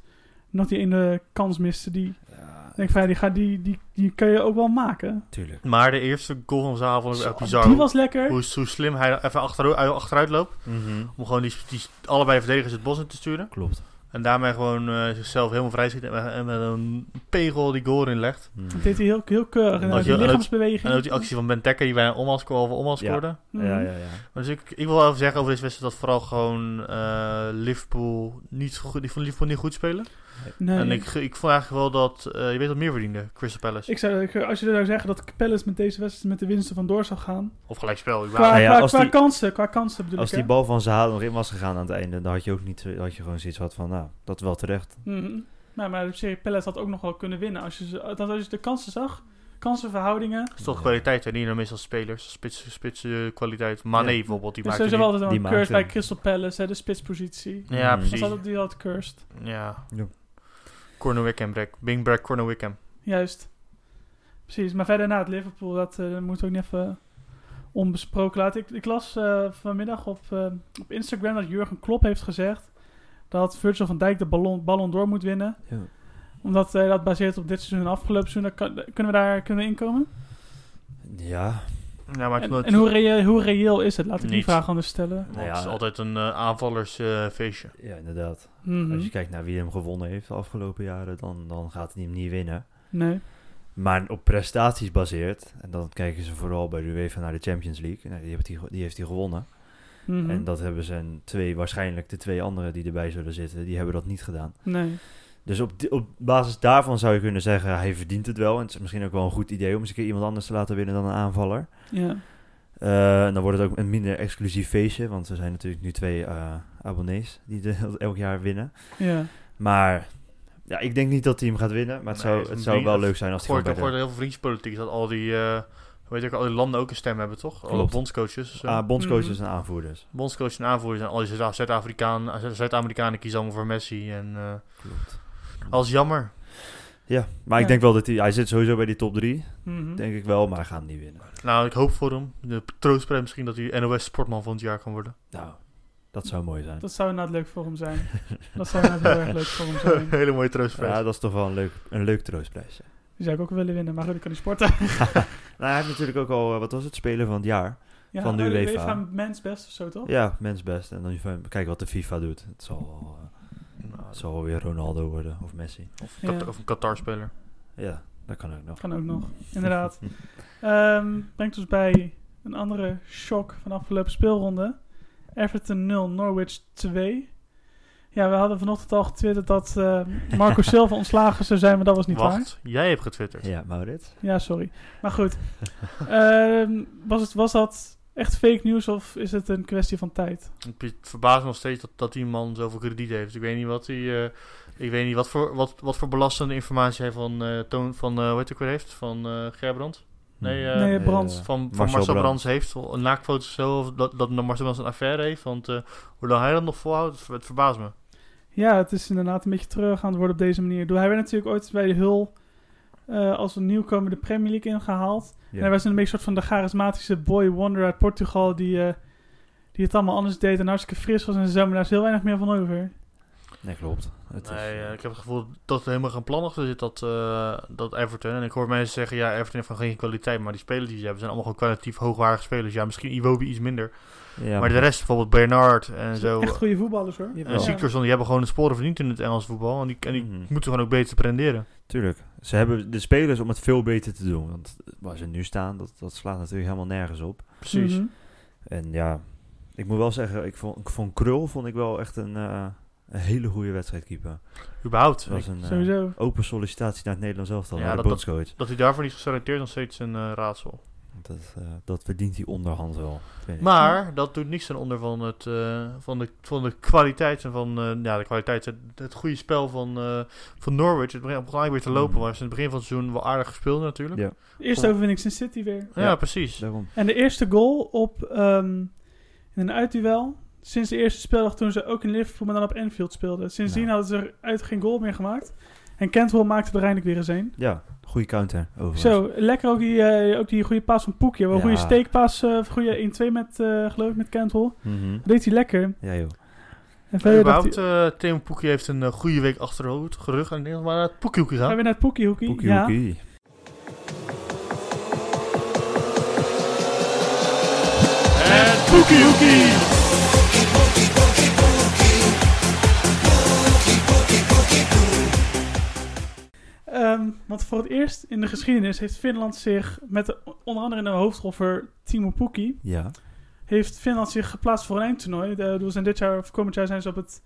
Speaker 3: nog die ene kans miste. Die,
Speaker 4: Ja,
Speaker 3: ik denk van, ja, die, ga, die, die, die kun je ook wel maken. Oh,
Speaker 4: tuurlijk.
Speaker 2: Maar de eerste goal van zijn avond is echt bizar.
Speaker 3: Die
Speaker 2: hoe-
Speaker 3: was lekker.
Speaker 2: Hoe, hoe slim hij even achteru- achteruit loopt.
Speaker 4: Mhm.
Speaker 2: Om gewoon die, die allebei verdedigers het bos in te sturen.
Speaker 4: Klopt.
Speaker 2: En daarmee gewoon eh, zichzelf helemaal vrij schiet. En, en met een pegel die goal erin legt.
Speaker 4: Mhm.
Speaker 3: Dat deed hij heel, heel keurig. En
Speaker 2: Als
Speaker 3: ook
Speaker 2: je-
Speaker 3: die
Speaker 2: en ook-
Speaker 3: lichaamsbeweging.
Speaker 2: En ook die actie van Ben Tekker die bijna omhaal scoorde. Over omhaal
Speaker 4: Ja.
Speaker 2: scoorde.
Speaker 3: Mhm.
Speaker 4: Ja, ja, ja.
Speaker 2: Maar dus ik, ik wil wel even zeggen over deze wedstrijd dat vooral gewoon eh, Liverpool niet zo goed, die vond Liverpool niet goed spelen.
Speaker 3: Nee.
Speaker 2: En ik, ik vond eigenlijk wel dat eh, je weet wat meer verdiende, Crystal Palace.
Speaker 3: Ik zou, ik- als je er zou zeggen dat Palace met deze wedstrijd met de winsten vandoor zou gaan.
Speaker 2: Of gelijkspel. überhaupt.
Speaker 3: Qua,
Speaker 4: Nou ja,
Speaker 3: qua,
Speaker 4: als
Speaker 3: qua
Speaker 4: die-
Speaker 3: kansen, qua kansen bedoel
Speaker 4: Als
Speaker 3: ik.
Speaker 4: die
Speaker 3: hè?
Speaker 4: bal van Zaha er nog in was gegaan aan het einde, dan had je ook niet, had je gewoon zoiets gehad van, nou, dat wel terecht.
Speaker 3: Mhm. Maar, maar de serie Palace had ook nog wel kunnen winnen. Als je, ze- dat als je de kansen zag, kansenverhoudingen. Dus
Speaker 2: Dat is toch
Speaker 4: Ja.
Speaker 2: kwaliteit en niet dan meestal spelers. Spits, spits eh, kwaliteit. Mané
Speaker 4: Ja.
Speaker 2: bijvoorbeeld, die
Speaker 3: Dus
Speaker 2: maakte
Speaker 3: sowieso
Speaker 2: die-
Speaker 3: wel altijd wel
Speaker 4: die
Speaker 3: een curse bij
Speaker 4: maakte-
Speaker 3: Crystal Palace, hè, de spitspositie.
Speaker 2: Ja,
Speaker 4: Mm.
Speaker 3: Dat
Speaker 2: precies.
Speaker 3: was altijd die dat cursed.
Speaker 2: Ja.
Speaker 4: Ja.
Speaker 2: Corner Wickham, Brek. Bing Brek, Corner Wickham.
Speaker 3: Juist. Precies, maar verder na het Liverpool, dat eh, dat moeten we ook niet even onbesproken laten. Ik, ik las eh, vanmiddag op, eh, op Instagram dat Jurgen Klopp heeft gezegd dat Virgil van Dijk de ballon, ballon door moet winnen.
Speaker 4: Ja.
Speaker 3: Omdat eh, dat baseert op dit seizoen en afgelopen seizoen. Dan kan- kunnen we daar kunnen we inkomen?
Speaker 4: Ja,
Speaker 2: Ja, maar het
Speaker 3: En,
Speaker 2: nooit-
Speaker 3: en hoe, reëel, hoe reëel is het? Laat ik die
Speaker 2: Niet.
Speaker 3: vraag anders stellen.
Speaker 2: want
Speaker 4: Nou ja,
Speaker 2: het is altijd een eh, aanvallersfeestje.
Speaker 4: ja inderdaad.
Speaker 3: Mhm.
Speaker 4: Als je kijkt naar wie hem gewonnen heeft de afgelopen jaren, dan, dan gaat hij hem niet winnen.
Speaker 3: Nee.
Speaker 4: Maar op prestaties baseert, en dan kijken ze vooral bij de UEFA naar de Champions League. Nou, die, heeft hij, ge- die heeft hij gewonnen.
Speaker 3: Mhm.
Speaker 4: En dat hebben zijn twee, waarschijnlijk de twee anderen die erbij zullen zitten, die hebben dat niet gedaan.
Speaker 3: Nee.
Speaker 4: Dus op, di- op basis daarvan zou je kunnen zeggen, hij verdient het wel. En het is misschien ook wel een goed idee om eens een keer iemand anders te laten winnen dan een aanvaller.
Speaker 3: Ja.
Speaker 4: Eh, en dan wordt het ook een minder exclusief feestje, want er zijn natuurlijk nu twee eh, abonnees die de- (laughs) elk jaar winnen.
Speaker 3: Ja.
Speaker 4: Maar ja, ik denk niet dat hij hem gaat winnen, maar het
Speaker 2: Nee,
Speaker 4: zou,
Speaker 2: het
Speaker 4: het
Speaker 2: is
Speaker 4: zou
Speaker 2: een
Speaker 4: wel
Speaker 2: drie-
Speaker 4: leuk zijn als hij
Speaker 2: Goor, ik
Speaker 4: gewoon
Speaker 2: heb
Speaker 4: bij
Speaker 2: gehoord
Speaker 4: de
Speaker 2: heel veel vriendspolitiek dat al die, eh, weet ik, al die landen ook een stem hebben, toch? Alle
Speaker 4: Klopt.
Speaker 2: bondscoaches. eh. zo.
Speaker 4: Ah, bondscoaches
Speaker 3: Mhm.
Speaker 4: en aanvoerders.
Speaker 2: bondscoaches en aanvoerders. En al die Zuid- Zuid-Afrikaan- Zuid- Zuid-Amerikanen kiezen allemaal voor Messi. En eh
Speaker 4: Klopt.
Speaker 2: als jammer.
Speaker 4: Ja, maar
Speaker 3: Ja.
Speaker 4: ik denk wel dat hij, hij zit sowieso bij die top 3,
Speaker 3: Mhm.
Speaker 4: denk ik wel, maar hij gaat hem niet winnen.
Speaker 2: Nou, ik hoop voor hem. De troostprijs misschien dat hij NOS Sportman van het jaar kan worden.
Speaker 4: Nou, dat zou mooi zijn.
Speaker 3: Dat zou inderdaad leuk voor hem zijn.
Speaker 4: (laughs)
Speaker 3: dat zou inderdaad heel erg leuk voor hem zijn.
Speaker 2: (laughs) Hele mooie troostprijs.
Speaker 4: Ja, dat is toch wel een leuk, een leuk troostprijsje.
Speaker 3: Die zou ik ook willen winnen, maar goed, ik kan niet sporten.
Speaker 4: Nou, hij heeft natuurlijk ook al, eh, wat was het, speler van het jaar.
Speaker 3: Ja,
Speaker 4: Van de
Speaker 3: oh,
Speaker 4: UEFA.
Speaker 3: mens best of zo, toch?
Speaker 4: Ja, mens best. En dan even kijken wat de FIFA doet. Het zal, wel, eh,
Speaker 2: Nou,
Speaker 4: het zal wel weer Ronaldo worden of Messi.
Speaker 2: of, Kat-
Speaker 3: Ja.
Speaker 2: of een Qatar-speler.
Speaker 4: Ja, dat kan ook nog.
Speaker 3: Kan ook nog, inderdaad. Ehm, brengt ons bij een andere shock van de afgelopen speelronde. Everton 0, Norwich 2. Ja, we hadden vanochtend al getwitterd dat eh,
Speaker 4: (laughs)
Speaker 3: Marco Silva ontslagen zou zijn, maar dat was niet waar.
Speaker 2: Wacht, jij hebt getwitterd.
Speaker 4: Ja, Maurits.
Speaker 3: Ja, sorry. Maar
Speaker 2: (laughs)
Speaker 3: goed. Ehm, was, het, was dat echt fake nieuws of is het een kwestie van tijd?
Speaker 2: Het verbaast me nog steeds dat, dat die man zoveel krediet heeft. Ik weet niet wat hij. eh, ik weet niet wat voor, wat, wat voor belastende informatie hij van eh, Toon van eh hoe heet ik weer heeft? Van eh Gerbrand. Nee, eh,
Speaker 3: Nee,
Speaker 4: eh,
Speaker 3: Brands.
Speaker 2: Van, van Marcel,
Speaker 4: Marcel
Speaker 2: Brands
Speaker 4: Brands.
Speaker 2: heeft een naakfoto of zo, of dat, dat Marcel Brands een affaire heeft. Want eh, hoe lang hij dat nog volhoudt, het, ver- het verbaast me.
Speaker 3: Ja, het is inderdaad een beetje terug aan het worden op deze manier. Ik bedoel, Hij werd natuurlijk ooit bij de Hul eh, als een nieuwkomer de Premier League ingehaald.
Speaker 4: Ja.
Speaker 3: En hij was een beetje een soort van de charismatische boy wonder uit Portugal die, eh, die het allemaal anders deed en hartstikke fris was en zo, maar daar is heel weinig meer van over.
Speaker 4: Nee, klopt. Het is,
Speaker 2: Nee, eh, ik heb het gevoel dat er helemaal geen plan achter zit, dat, eh, dat Everton. En ik hoor mensen zeggen, ja, Everton heeft van geen kwaliteit. Maar die spelers die ze hebben, zijn allemaal gewoon kwalitatief hoogwaardige spelers. Ja, misschien Iwobi iets minder.
Speaker 4: ja,
Speaker 2: maar de rest, bijvoorbeeld Bernard en zo.
Speaker 3: Echt goede voetballers hoor.
Speaker 4: Jawel.
Speaker 2: En
Speaker 3: Ja.
Speaker 2: Siktorsson, die hebben gewoon de sporen verdiend in het Engels voetbal. En die, en die
Speaker 4: Mhm.
Speaker 2: moeten gewoon ook beter prenderen.
Speaker 4: Tuurlijk. Ze hebben de spelers om het veel beter te doen. Want waar ze nu staan, dat, dat slaat natuurlijk helemaal nergens op.
Speaker 2: Precies.
Speaker 3: Mhm.
Speaker 4: En ja, ik moet wel zeggen, ik vond, ik vond Krul vond ik wel echt een, eh, een hele goede wedstrijd keeper.
Speaker 2: Überhaupt.
Speaker 4: Het was een eh,
Speaker 3: Sowieso.
Speaker 4: open sollicitatie naar het Nederlands elftal,
Speaker 2: Ja,
Speaker 4: naar de
Speaker 2: dat-
Speaker 4: bondscoach.
Speaker 2: Dat hij daarvoor niet is geselecteerd is nog steeds een eh, raadsel.
Speaker 4: Dat, eh, dat verdient hij onderhand wel. vind ik.
Speaker 2: Maar dat doet niks ten onder van, het, eh, van, de, van de kwaliteit en van eh, ja, de kwaliteit, het, het goede spel van, eh, van Norwich. Het begint gelijk weer te lopen,
Speaker 4: Mm.
Speaker 2: maar ze in het begin van het seizoen wel aardig gespeeld natuurlijk.
Speaker 4: Ja.
Speaker 3: De eerste overwinning sinds City weer.
Speaker 2: Ja,
Speaker 4: Ja.
Speaker 2: precies.
Speaker 4: Daarom.
Speaker 3: En de eerste goal op ehm, in een uitduel. Sinds de eerste speeldag toen ze ook in Liverpool, maar dan op Anfield speelden. Sindsdien
Speaker 4: Nou.
Speaker 3: hadden ze eruit geen goal meer gemaakt. En Cantwell maakte er eindelijk weer eens een.
Speaker 4: Ja, goede counter overigens.
Speaker 3: Zo, lekker ook die, eh, ook die goede paas van Poekje. Wel een goede
Speaker 4: Ja.
Speaker 3: steekpaas, eh, goede 1-2 met, eh, geloof ik, met Cantwell.
Speaker 4: Mhm.
Speaker 3: Dat deed hij lekker.
Speaker 4: Ja joh.
Speaker 3: En
Speaker 2: Ja,
Speaker 3: verder dacht
Speaker 2: überhaupt,
Speaker 3: hij-
Speaker 2: eh Tim Poekie heeft een eh, goede week achter de hoed, gerug. En ik denk dat we naar het Poekie
Speaker 3: gaan we
Speaker 2: gaan.
Speaker 3: weer naar het Poekie Hoekie.
Speaker 4: Poekie
Speaker 3: ja.
Speaker 4: hoekie.
Speaker 2: Het Poekie Hoekie!
Speaker 3: Ehm, want voor het eerst in de geschiedenis heeft Finland zich, met de- onder andere in de hoofdrol voor Timo Poekie,
Speaker 4: Ja.
Speaker 3: heeft Finland zich geplaatst voor een eindtoernooi. De, dus zijn dit jaar of komend jaar zijn ze op het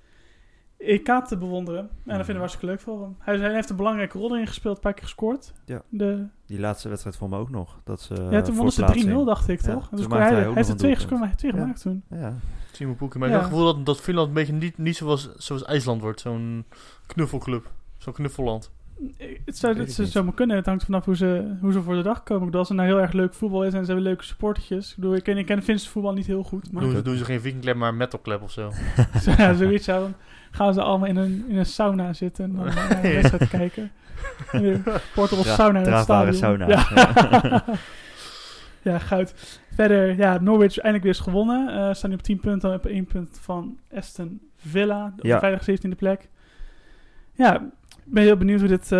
Speaker 3: EK te bewonderen. En dat vinden we hartstikke leuk voor hem. Hij, hij heeft een belangrijke rol erin gespeeld, een paar keer gescoord.
Speaker 4: Ja. Eh,
Speaker 3: De,
Speaker 4: Die laatste wedstrijd voor me ook nog. Dat ze,
Speaker 3: ja toen wonnen ze 3-0, dacht ik,
Speaker 4: Ja,
Speaker 3: toch? En
Speaker 4: toen
Speaker 3: toen
Speaker 4: maakte
Speaker 3: hij,
Speaker 4: hij
Speaker 3: hij,
Speaker 4: ook
Speaker 3: heeft
Speaker 4: nog
Speaker 3: er
Speaker 4: een
Speaker 3: twee, gescoord, maar
Speaker 4: doelpunt.
Speaker 3: hij heeft twee
Speaker 4: Ja.
Speaker 3: gemaakt toen.
Speaker 4: Ja.
Speaker 2: Timo Poekie, maar
Speaker 3: Ja.
Speaker 2: ik heb het gevoel dat, dat Finland een beetje niet, niet zoals, zoals IJsland wordt. Zo'n knuffelclub. Zo'n knuffelland.
Speaker 3: Eh, Het zou,
Speaker 4: Weet
Speaker 3: dat
Speaker 4: ik
Speaker 3: ze
Speaker 4: niet.
Speaker 3: zomaar kunnen. Het hangt vanaf hoe ze, hoe ze voor de dag komen. Ik bedoel, als het nou heel erg leuk voetbal is en ze hebben leuke supportertjes. Ik bedoel, ik ken, ik ken Finse voetbal niet heel goed. Maar
Speaker 2: Doen ze, doen ze geen vikingclub, maar een metalclub of zo.
Speaker 3: (laughs) ja, zoiets. Ja, dan gaan ze allemaal in een, in een sauna zitten en dan eh, naar de
Speaker 2: Ja.
Speaker 3: wedstrijd kijken. Portable
Speaker 4: Dra-
Speaker 3: sauna in het stadion.
Speaker 4: draagbare sauna.
Speaker 3: Ja. (laughs) ja, goud. Verder, ja, Norwich eindelijk weer eens gewonnen. Eh staan nu op 10 punten, op 1 punt van Aston Villa. Op
Speaker 4: Ja.
Speaker 3: de veilige 17e plek. Ja, ik ben heel benieuwd hoe dit, eh,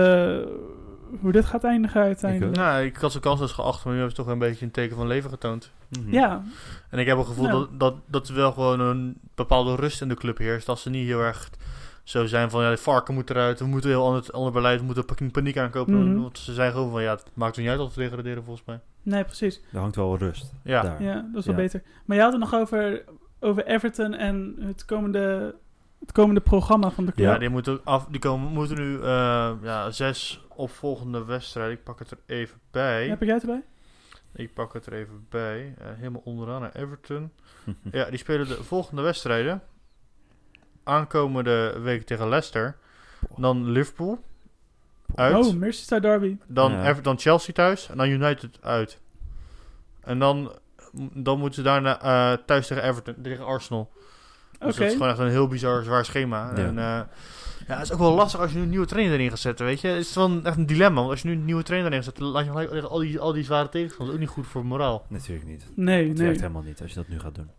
Speaker 3: hoe dit gaat eindigen uiteindelijk.
Speaker 2: Nou, ik had ze kansloos geacht, maar nu hebben ze toch een beetje een teken van leven getoond.
Speaker 4: Mhm.
Speaker 3: Ja,
Speaker 2: En ik heb het gevoel
Speaker 3: Nou.
Speaker 2: dat, dat, dat er wel gewoon een bepaalde rust in de club heerst. Dat ze niet heel erg zo zijn van, ja, de varken moet eruit. We moeten heel ander, ander beleid, we moeten pak- paniek aankopen.
Speaker 3: Mhm.
Speaker 2: Want ze zijn gewoon van, ja, het maakt er niet uit dat we degraderen volgens mij.
Speaker 3: nee, precies.
Speaker 4: Er hangt wel rust.
Speaker 2: Ja,
Speaker 4: Daar.
Speaker 3: Ja, dat is wel
Speaker 4: Ja.
Speaker 3: beter. Maar jij had het nog over, over Everton en het komende, het komende programma van de club.
Speaker 2: ja.
Speaker 4: Ja.
Speaker 2: die, moeten af, die komen, moeten nu eh, ja, zes opvolgende wedstrijden. Ik pak het er even bij.
Speaker 3: Heb ik jij het erbij?
Speaker 2: Ik pak het er even bij. Eh, helemaal onderaan naar Everton. Ja, die spelen de volgende wedstrijden. Aankomende week tegen Leicester. Dan Liverpool. Uit.
Speaker 3: Oh, Merseyside Derby.
Speaker 2: Dan
Speaker 4: Ja.
Speaker 2: Everton Chelsea thuis. En dan United uit. En dan, dan moeten ze daarna eh, thuis tegen Everton. Tegen Arsenal. Dus
Speaker 3: Oké.
Speaker 2: dat is gewoon echt een heel bizar zwaar schema.
Speaker 4: Ja.
Speaker 2: En, eh, ja, het is ook wel lastig als je nu een nieuwe trainer erin gaat zetten, weet je. Het is dan echt een dilemma. Want als je nu een nieuwe trainer erin zet, dan laat je gelijk tegen al die, al die zware tegenstanders. Ook niet goed voor moraal.
Speaker 4: (laughs) Natuurlijk niet.
Speaker 3: Nee,
Speaker 4: Het
Speaker 3: nee.
Speaker 4: werkt helemaal niet als je dat nu gaat doen.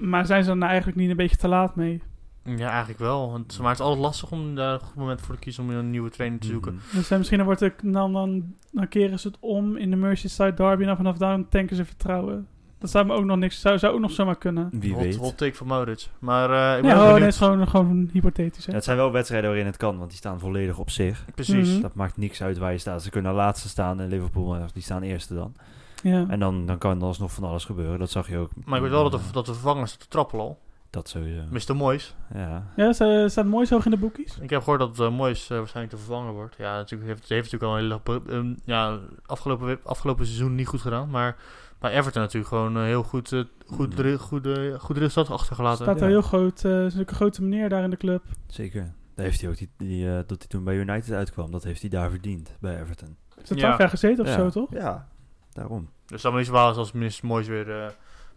Speaker 3: Maar zijn ze dan nou eigenlijk niet een beetje te laat mee?
Speaker 2: Ja, eigenlijk wel. Want ze maakt het altijd lastig om daar een goed moment voor te kiezen om een nieuwe trainer te zoeken.
Speaker 4: Mhm.
Speaker 3: Dus dan misschien dan wordt het, dan, dan, dan keren ze het om in de Merseyside Derby. En vanaf daar tanken ze vertrouwen. Dat zou me ook nog niks. Zou, zou ook nog zomaar kunnen.
Speaker 4: Wie
Speaker 2: hot,
Speaker 4: weet.
Speaker 2: hot take van Maurits. Maar eh, ik ben
Speaker 3: Ja,
Speaker 2: ook
Speaker 3: oh, nee,
Speaker 2: benieuwd.
Speaker 3: het is gewoon, gewoon hypothetisch. Hè?
Speaker 4: Ja, het zijn wel wedstrijden waarin het kan, want die staan volledig op zich. Dus
Speaker 2: Precies.
Speaker 3: Mhm.
Speaker 4: Dat maakt niks uit waar je staat. Ze kunnen laatste staan en Liverpool, eh, die staan eerste dan.
Speaker 3: Ja.
Speaker 4: En dan, dan kan er alsnog van alles gebeuren. Dat zag je ook. eh,
Speaker 2: Maar ik weet wel dat de, dat de vervangers te trappelen al.
Speaker 4: Dat sowieso.
Speaker 2: Mr. Moyes.
Speaker 4: Ja.
Speaker 3: ja, ze staat mooi zo hoog in de boekies.
Speaker 2: Ik heb gehoord dat eh Moyes eh, waarschijnlijk te vervangen wordt. Ja, natuurlijk heeft, heeft natuurlijk al een hele... pro- ehm, ja, afgelopen, we- afgelopen seizoen niet goed gedaan. Maar bij Everton natuurlijk gewoon eh, heel goed... eh, goed,
Speaker 4: Mhm.
Speaker 2: dri- goed, eh, goed resultaat achtergelaten.
Speaker 3: Staat
Speaker 4: ja.
Speaker 3: er heel groot. eh, is natuurlijk een grote meneer daar in de club.
Speaker 4: Zeker. Daar heeft hij ook die, die, eh, dat hij toen bij United uitkwam. Dat heeft hij daar verdiend bij Everton.
Speaker 3: Is dat
Speaker 2: Ja.
Speaker 3: 12 jaar gezeten of
Speaker 4: ja.
Speaker 3: zo, toch?
Speaker 4: Ja, daarom.
Speaker 2: Dus dat is niet zo waar als- als minister Moyes weer... eh,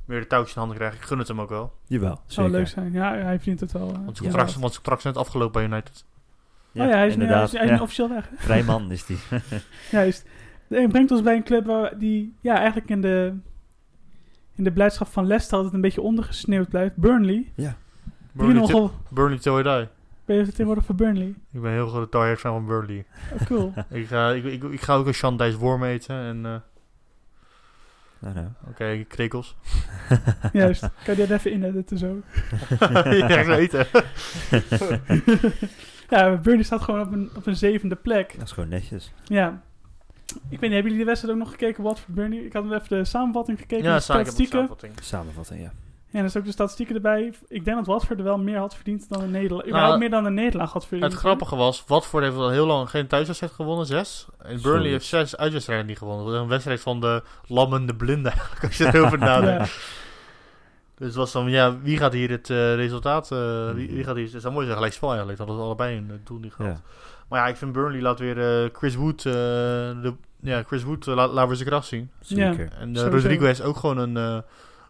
Speaker 2: weer de touwtjes in handen krijgt. Ik gun het hem ook wel.
Speaker 4: Jawel.
Speaker 3: Zou
Speaker 4: Zeker.
Speaker 3: leuk zijn. Ja, hij verdient het wel. eh,
Speaker 2: Want zijn
Speaker 3: inderdaad.
Speaker 2: contract, want zijn contract is net afgelopen bij United.
Speaker 3: oh ja, hij is, nu, hij
Speaker 4: inderdaad.
Speaker 3: is, hij is nu
Speaker 4: ja.
Speaker 3: officieel weg.
Speaker 4: Vrij man
Speaker 3: (laughs)
Speaker 4: is die.
Speaker 3: Juist. En brengt ons bij een club waar die ja, eigenlijk in de, in de blijdschap van Leicester altijd een beetje ondergesneeuwd blijft. Burnley. 3-0
Speaker 2: Burnley, till-
Speaker 3: goal.
Speaker 2: Burnley till I die.
Speaker 3: Ben je tegenwoordig voor Burnley?
Speaker 2: Ik ben een heel grote diehard fan van Burnley.
Speaker 3: Oh, cool.
Speaker 2: (laughs) ik, ga, ik, ik, ik ga ook een Shandijs worm eten en... eh,
Speaker 4: Nou, (laughs) nou.
Speaker 2: Oké, krekels. (laughs)
Speaker 3: Juist. Kan je dat even inediten zo?
Speaker 2: ja, ik weet het.
Speaker 3: ja, Burnley staat gewoon op een, op een zevende plek.
Speaker 4: Dat is gewoon netjes.
Speaker 3: Ja. Ik weet niet, hebben jullie de wedstrijd ook nog gekeken? Watford Burnley? Ik had hem even de samenvatting gekeken.
Speaker 2: Ja,
Speaker 3: de
Speaker 2: Saar, ik heb ook
Speaker 3: statistieken.
Speaker 2: samenvatting.
Speaker 4: Samenvatting, ja.
Speaker 3: En er is ook de statistieken erbij. Ik denk dat Watford er wel meer had verdiend dan de nederlaag. Überhaupt meer dan de nederlaag had verdiend.
Speaker 2: Nou, Het grappige was, Watford heeft al heel lang geen thuiswedstrijd gewonnen, zes. En Burnley
Speaker 4: Sorry.
Speaker 2: heeft zes uitwedstrijden niet gewonnen. Een wedstrijd van de lammende blinden (laughs) eigenlijk, als je het over nadenkt.
Speaker 3: Ja.
Speaker 2: Dus het was dan, ja, wie gaat hier het eh, resultaat, eh, wie,
Speaker 4: Mhm.
Speaker 2: wie gaat hier, het is dan mooi zeggen, gelijk spel eigenlijk, dat hadden we allebei een eh, doel niet gehad.
Speaker 4: Ja.
Speaker 2: Maar ja, ik vind Burnley laat weer eh, Chris Wood, eh, de, ja, Chris Wood eh, laat, laten we zijn kracht zien.
Speaker 4: Zeker.
Speaker 2: En eh
Speaker 3: Sowieso.
Speaker 2: Rodrigo is ook gewoon een eh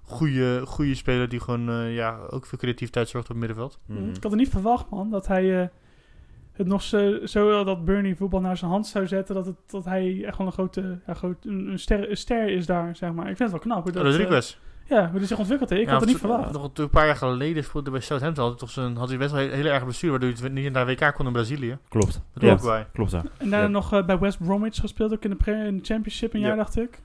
Speaker 2: goede, goede speler die gewoon, eh, ja, ook veel creativiteit zorgt op het middenveld.
Speaker 4: Mhm.
Speaker 3: Ik had er niet verwacht, man, dat hij eh, het nog zo, zo dat Bernie voetbal naar zijn hand zou zetten. Dat, het, dat hij echt wel een grote ja, groot, een, een ster, een ster is daar, zeg maar. Ik vind het wel knap. hoe dat,
Speaker 2: Rodrigo
Speaker 3: eh,
Speaker 2: is.
Speaker 3: ja, hoe hij zich ontwikkeld heeft. Ik
Speaker 2: Ja,
Speaker 3: had het niet
Speaker 2: want, eh,
Speaker 3: verwacht.
Speaker 2: Nog een paar jaar geleden speelde bij Southampton, had hij, toch zijn, had hij best wel een hele erg bestuur, waardoor hij het niet naar WK kon in Brazilië.
Speaker 4: Klopt.
Speaker 2: Dat
Speaker 4: Ja.
Speaker 2: ook bij.
Speaker 4: Klopt daar.
Speaker 3: En daarna
Speaker 4: ja.
Speaker 3: nog eh, bij West Bromwich gespeeld, ook in de, pre- in de Championship een
Speaker 2: Ja.
Speaker 3: jaar, dacht ik.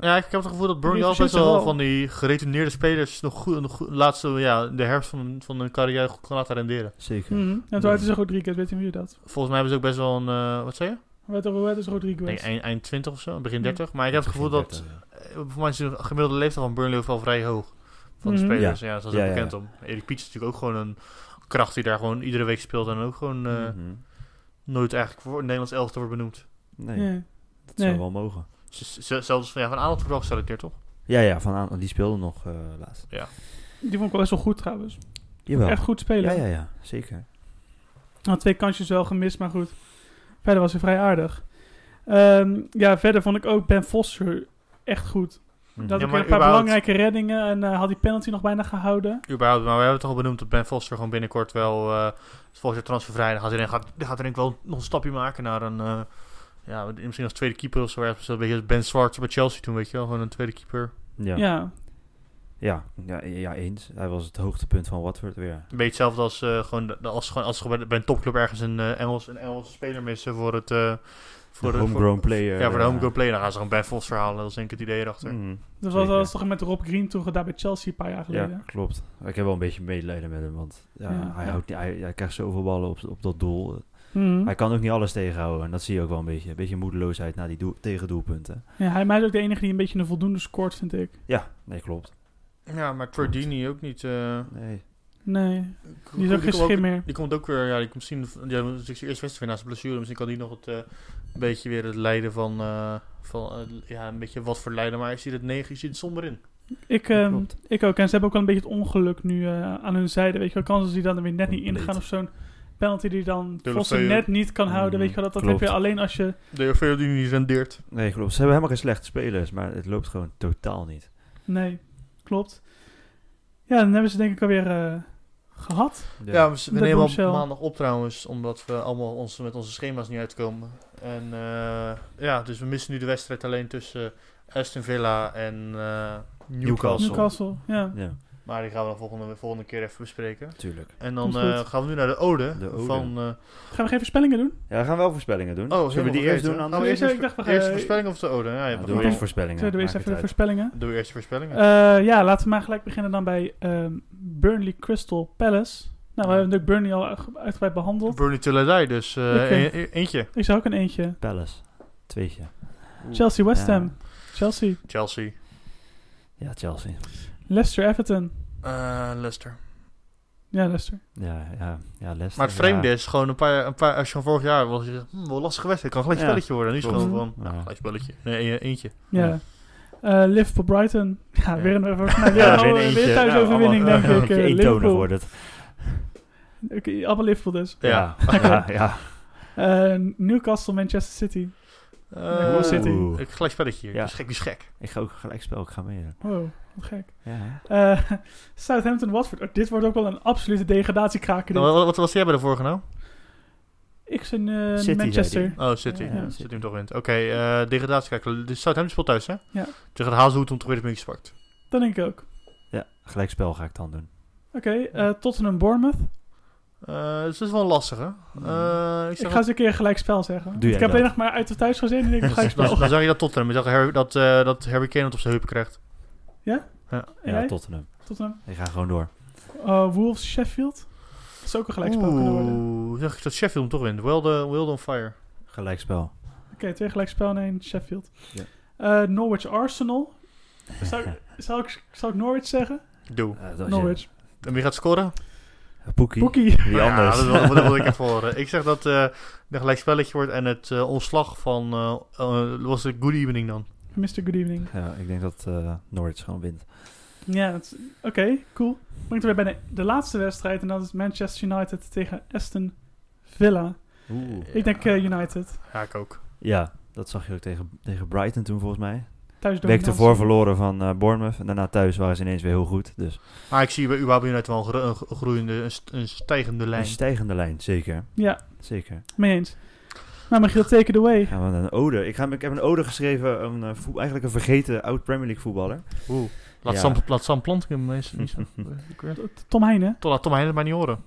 Speaker 2: Ja, ik heb het gevoel dat Burnley
Speaker 3: Die
Speaker 2: al best
Speaker 3: precies
Speaker 2: wel
Speaker 3: wel.
Speaker 2: van die geretourneerde spelers nog goed, nog goed- laatste, ja, de herfst van, van hun carrière goed kan laten renderen.
Speaker 4: Zeker.
Speaker 3: Mhm. En toen
Speaker 4: Ja.
Speaker 3: had hij zich Rodriguez, weet je wie dat?
Speaker 2: Volgens mij hebben ze ook best wel een, eh, wat zei je?
Speaker 3: Werd er werd dus Rodriguez.
Speaker 2: Ik denk eind, eind 20 of zo, begin
Speaker 3: Hm.
Speaker 2: 30. Maar ik heb het gevoel
Speaker 4: Begin
Speaker 2: dat,
Speaker 4: 30,
Speaker 2: eh, voor mij is de gemiddelde leeftijd van Burnley ook wel vrij hoog. Van de
Speaker 3: Mhm.
Speaker 2: spelers, ja, dat is
Speaker 4: Ja,
Speaker 2: ook
Speaker 4: ja,
Speaker 2: bekend om. Erik Piet is natuurlijk ook gewoon een kracht die daar gewoon iedere week speelt en ook gewoon eh,
Speaker 4: ja. Mhm.
Speaker 2: nooit eigenlijk voor het Nederlands elftal wordt benoemd.
Speaker 4: Nee,
Speaker 3: Ja.
Speaker 4: dat
Speaker 3: nee.
Speaker 4: zou wel mogen.
Speaker 2: Z- z- zelfs van, ja, van Aanholt wordt wel geselecteerd, toch?
Speaker 4: Ja, ja, van aan, die speelde nog eh, laatst.
Speaker 3: Die vond ik wel best wel goed trouwens.
Speaker 4: Jawel.
Speaker 3: Echt goed spelen.
Speaker 4: ja, ja, ja, zeker.
Speaker 3: Had Nou, twee kansjes wel gemist, maar goed. Verder was hij vrij aardig. Ehm, ja, verder vond ik ook Ben Foster echt goed.
Speaker 4: Mhm.
Speaker 3: Dat
Speaker 2: Ja,
Speaker 3: ik
Speaker 2: maar
Speaker 3: een paar
Speaker 2: überhaupt-
Speaker 3: belangrijke reddingen en eh, had die penalty nog bijna gehouden.
Speaker 2: Überhaupt, maar we hebben toch al benoemd dat Ben Foster gewoon binnenkort wel eh volgens de transfervrij dan gaat hij dan gaat, dan gaat hij denk ik wel nog een stapje maken naar een eh, ja, misschien als tweede keeper of zo ergens Zo'n beetje als Ben Swartz bij Chelsea toen weet je wel gewoon een tweede keeper
Speaker 4: Ja.
Speaker 3: Ja.
Speaker 4: Ja. Ja, ja, eens. Hij was het hoogtepunt van Watford weer.
Speaker 2: een beetje hetzelfde als eh, gewoon de- de- als gewoon als gewoon bij- bij een topclub ergens een eh, Engels een Engelse speler missen voor het eh, voor
Speaker 4: Voor de
Speaker 2: het-
Speaker 4: homegrown
Speaker 2: voor-
Speaker 4: player.
Speaker 2: ja voor de
Speaker 4: eh,
Speaker 2: homegrown player dan gaan ze gewoon Ben Foster halen dat is denk ik het idee erachter
Speaker 4: mhm.
Speaker 3: Dus dat
Speaker 4: Zeker.
Speaker 3: was toch met Rob Green toen gedaan bij Chelsea een paar jaar geleden.
Speaker 4: Ja, klopt. Ik heb wel een beetje medelijden met hem, want ja,
Speaker 3: Ja.
Speaker 4: hij,
Speaker 3: Ja.
Speaker 4: houdt, niet- hij, hij krijgt zoveel ballen op, op dat doel.
Speaker 3: Mhm.
Speaker 4: Hij kan ook niet alles tegenhouden en dat zie je ook wel een beetje. Een beetje moedeloosheid na die doel, tegendoelpunten.
Speaker 3: Ja, hij, maar hij is ook de enige die een beetje een voldoende scoort, vind ik.
Speaker 4: Ja, nee, klopt.
Speaker 2: ja maar Troy Deeney ook niet eh,
Speaker 4: Nee.
Speaker 3: Nee, die is
Speaker 2: die
Speaker 3: ook geen
Speaker 2: komt ook-
Speaker 3: schim meer.
Speaker 2: Die komt ook weer, ja, die komt misschien, ja, dus ik zie eerst Westerveen naast de blessure, misschien kan die nog het eh, een beetje weer het lijden van, eh, van eh, ja, een beetje wat voor lijden, maar ik zie het negen, ik zie het somber in.
Speaker 3: Ik, ehm,
Speaker 4: Klopt.
Speaker 3: ik ook. En ze hebben ook wel een beetje het ongeluk nu eh, aan hun zijde. Weet je wel, kansen die dan er weer net niet
Speaker 4: Compleet.
Speaker 3: ingaan of zo'n penalty die dan
Speaker 2: Lefeu.
Speaker 3: Foster net niet kan houden.
Speaker 4: Mhm,
Speaker 3: Weet je wel, dat, dat heb
Speaker 4: klopt.
Speaker 3: je alleen als je...
Speaker 2: De veel die niet rendeert.
Speaker 4: nee, klopt. Ze hebben helemaal geen slechte spelers, maar het loopt gewoon totaal niet.
Speaker 3: Nee, klopt. Ja, dan hebben ze denk ik alweer eh, gehad.
Speaker 2: Ja, we- we
Speaker 3: De
Speaker 2: nemen op
Speaker 3: bombshell.
Speaker 2: maandag op trouwens, omdat we allemaal ons, met onze schema's niet uitkomen. En eh, ja, dus we missen nu de wedstrijd alleen tussen eh, Aston Villa en eh, Newcastle.
Speaker 4: Newcastle.
Speaker 3: Newcastle, ja.
Speaker 4: Ja,
Speaker 2: Maar die gaan we dan volgende, volgende keer even bespreken.
Speaker 4: natuurlijk.
Speaker 2: En dan
Speaker 3: Komt goed.
Speaker 2: eh, gaan we nu naar de ode,
Speaker 4: De ode.
Speaker 2: van... eh,
Speaker 3: Gaan we geen voorspellingen doen?
Speaker 4: Ja, we gaan wel voorspellingen doen.
Speaker 2: Oh,
Speaker 4: Zullen we die eerst doen?
Speaker 2: Dan
Speaker 4: Anders?
Speaker 3: we eh,
Speaker 2: eerst,
Speaker 3: eerst-
Speaker 2: ik dacht, we gaan...
Speaker 3: eerst
Speaker 2: de voorspelling
Speaker 3: voorspelling
Speaker 2: of de ode? Ja,
Speaker 4: Ja,
Speaker 2: je doe,
Speaker 4: doen we
Speaker 3: eerst-
Speaker 4: eerst voorspellingen.
Speaker 3: Zullen we
Speaker 4: Maakt
Speaker 3: eerst even
Speaker 4: niet
Speaker 3: de
Speaker 4: uit.
Speaker 3: voorspellingen?
Speaker 2: doe eerst de voorspellingen.
Speaker 3: Eh, ja, laten we maar gelijk beginnen dan bij ehm, Burnley Crystal Palace. Nou, we hebben natuurlijk Burnley al uitge- uitgebreid behandeld.
Speaker 2: Burnley Till I Die, dus eh,
Speaker 3: Oké.
Speaker 2: e- e- eentje.
Speaker 3: Ik zou ook een eentje.
Speaker 4: Palace. Tweetje.
Speaker 3: Chelsea West
Speaker 4: Ja.
Speaker 3: Ham. Chelsea.
Speaker 2: Chelsea.
Speaker 4: Ja, Chelsea.
Speaker 3: Leicester Everton.
Speaker 2: Eh, Leicester.
Speaker 3: Ja, Leicester.
Speaker 4: Ja, ja, ja Leicester.
Speaker 2: Maar het vreemde
Speaker 4: ja.
Speaker 2: is, gewoon een paar, een paar, als je van vorig jaar was, je zegt, hm, wel lastig wedstrijd, kan gelijk
Speaker 4: Ja.
Speaker 2: spelletje worden. Nu is het
Speaker 4: Klopt.
Speaker 2: gewoon van, nou,
Speaker 4: Ja.
Speaker 2: gelijk spelletje. Nee, e- eentje.
Speaker 3: Ja.
Speaker 4: Ja.
Speaker 3: Eh, Liverpool Brighton. Ja,
Speaker 2: Ja.
Speaker 3: weer een volgens mij weer
Speaker 2: Ja,
Speaker 3: een-
Speaker 2: weer
Speaker 4: een
Speaker 3: weer,
Speaker 4: eentje.
Speaker 3: thuisoverwinning,
Speaker 2: Nou,
Speaker 3: denk
Speaker 4: (laughs)
Speaker 3: ik.
Speaker 4: Beetje
Speaker 3: Eh,
Speaker 4: eentonig
Speaker 3: Liverpool.
Speaker 4: wordt het.
Speaker 3: Oké, allemaal Liverpool dus.
Speaker 2: Ja.
Speaker 4: ja. ja.
Speaker 3: Eh, Newcastle, Manchester City.
Speaker 2: Eh,
Speaker 3: (laughs) Oeh. City.
Speaker 2: Ik gelijk spelletje hier.
Speaker 4: Ja.
Speaker 2: Dus gek is gek.
Speaker 4: Ik ga ook gelijk spel, ik ga mee.
Speaker 3: Wow, Oh, wat gek.
Speaker 4: Ja.
Speaker 3: Eh, (laughs) Southampton, Watford. Oh, dit wordt ook wel een absolute degradatiekraker. dit.
Speaker 2: Nou, wat, wat was jij bij de vorige nou?
Speaker 3: Ik zijn eh,
Speaker 4: City, zei
Speaker 3: Manchester.
Speaker 2: Oh, City.
Speaker 3: Ja,
Speaker 2: Ja,
Speaker 4: City.
Speaker 2: City hem toch wint. Oké, eh degradatiekijker. Dus Southampton speelt thuis, hè?
Speaker 3: Ja.
Speaker 2: Tegen de Hazelhoed om toch weer een beetje zwart.
Speaker 3: Dat denk ik ook.
Speaker 4: ja, gelijk spel ga ik dan doen.
Speaker 3: Oké, eh, Tottenham, Bournemouth.
Speaker 2: Eh, dus dat is wel lastig, hè? Eh, ik
Speaker 3: Ik
Speaker 2: zeg
Speaker 3: ga eens een keer gelijk spel zeggen.
Speaker 4: jij
Speaker 3: ik heb alleen
Speaker 4: dat?
Speaker 3: nog maar uit of thuis gezien
Speaker 4: (laughs)
Speaker 3: en ik denk gelijk
Speaker 2: Dan,
Speaker 3: spel.
Speaker 2: dan zag je dat Tottenham. Je zag Harry, dat, eh, dat Harry Kane het op zijn heupen krijgt.
Speaker 3: En
Speaker 4: Ja,
Speaker 3: jij?
Speaker 4: Tottenham.
Speaker 3: Tottenham.
Speaker 4: Ik ga gewoon door.
Speaker 3: Eh, Wolves, Sheffield. Dat is ook een gelijkspel kunnen worden. Oké,
Speaker 2: Oeh, zag ik dat Sheffield hem toch wint. Well done, well done fire.
Speaker 4: Gelijk spel.
Speaker 3: twee gelijkspel en één Sheffield.
Speaker 4: Ja. (laughs)
Speaker 3: Eh, Norwich, Arsenal. Zou, zou, ik, zou ik Norwich zeggen?
Speaker 2: Doe.
Speaker 4: Eh, dat is-
Speaker 3: Norwich.
Speaker 2: En wie gaat scoren? Nou
Speaker 4: eh,
Speaker 3: (laughs)
Speaker 4: Poekie.
Speaker 3: Poekie.
Speaker 4: Wie
Speaker 2: Ja,
Speaker 4: anders?
Speaker 2: dat wil, dat wil ik
Speaker 4: (laughs)
Speaker 2: even horen. Ik zeg dat eh er gelijk spelletje wordt en het eh, ontslag van... eh, eh, was het Good Evening dan?
Speaker 3: Mr. Good Evening.
Speaker 4: (laughs) Ja, ik denk dat eh Norwich gewoon wint.
Speaker 3: Ja, dat is- oké, cool. Brengt er weer bij de, de laatste wedstrijd. En dat is Manchester United tegen Aston Villa.
Speaker 4: Oeh.
Speaker 3: Ik denk eh, United.
Speaker 2: Ja, ik ook.
Speaker 4: Ja, dat zag je ook tegen, tegen Brighton toen volgens mij.
Speaker 3: Thuis door.
Speaker 4: Week ervoor verloren van eh, Bournemouth. En daarna thuis waren ze ineens weer heel goed. Dus
Speaker 2: Maar ik zie bij überhaupt United wel een gro- een gro- groeiende, een, st- een stijgende
Speaker 4: een
Speaker 2: lijn.
Speaker 4: stijgende lijn, zeker.
Speaker 3: Ja,
Speaker 4: Zeker.
Speaker 3: mee eens. Maar Michiel, take it away.
Speaker 4: Ja, want een ode. Ik, ga, ik heb een ode geschreven, een, eh, voet- eigenlijk een vergeten oud Premier League voetballer.
Speaker 2: Oeh. Laat,
Speaker 4: Ja.
Speaker 2: Sam, laat Sam Plantinga me
Speaker 4: (laughs)
Speaker 2: eens (laughs) niet zo. Ik weet het.
Speaker 3: Tom Heijnen.
Speaker 2: Tot laat Tom Heijn het maar niet horen.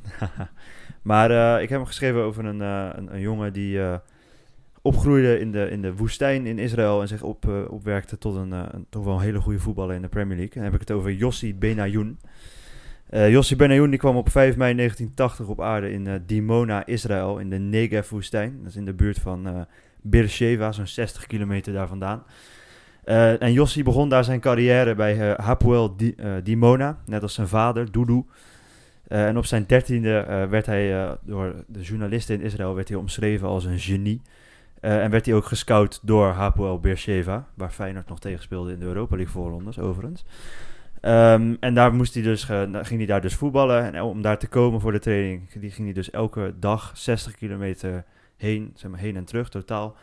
Speaker 4: (laughs) maar eh, ik heb hem geschreven over een, eh, een, een jongen die eh, opgroeide in de, in de woestijn in Israël en zich op, eh, opwerkte tot een, eh, een- toch wel een hele goede voetballer in de Premier League. En dan heb ik het over Yossi Benayoun. Eh Yossi Benayoun die kwam op 5 mei 1980 op aarde in eh, Dimona, Israël, in de Negev-woestijn. Dat is in de buurt van eh Beersheba, zo'n 60 kilometer daar vandaan. Eh, en Yossi begon daar zijn carrière bij eh, Hapoel Di- eh, Dimona, net als zijn vader, Doudou. Eh, en op zijn dertiende werd hij eh, door de journalisten in Israël werd hij omschreven als een genie. Eh, en werd hij ook gescout door Hapoel Beersheva, waar Feyenoord nog tegen speelde in de Europa League voorrondes, overigens. Ehm, en daar moest hij dus, ge- nou, ging hij daar dus voetballen. En om daar te komen voor de training, die ging hij dus elke dag 60 kilometer heen, zeg maar heen en terug totaal,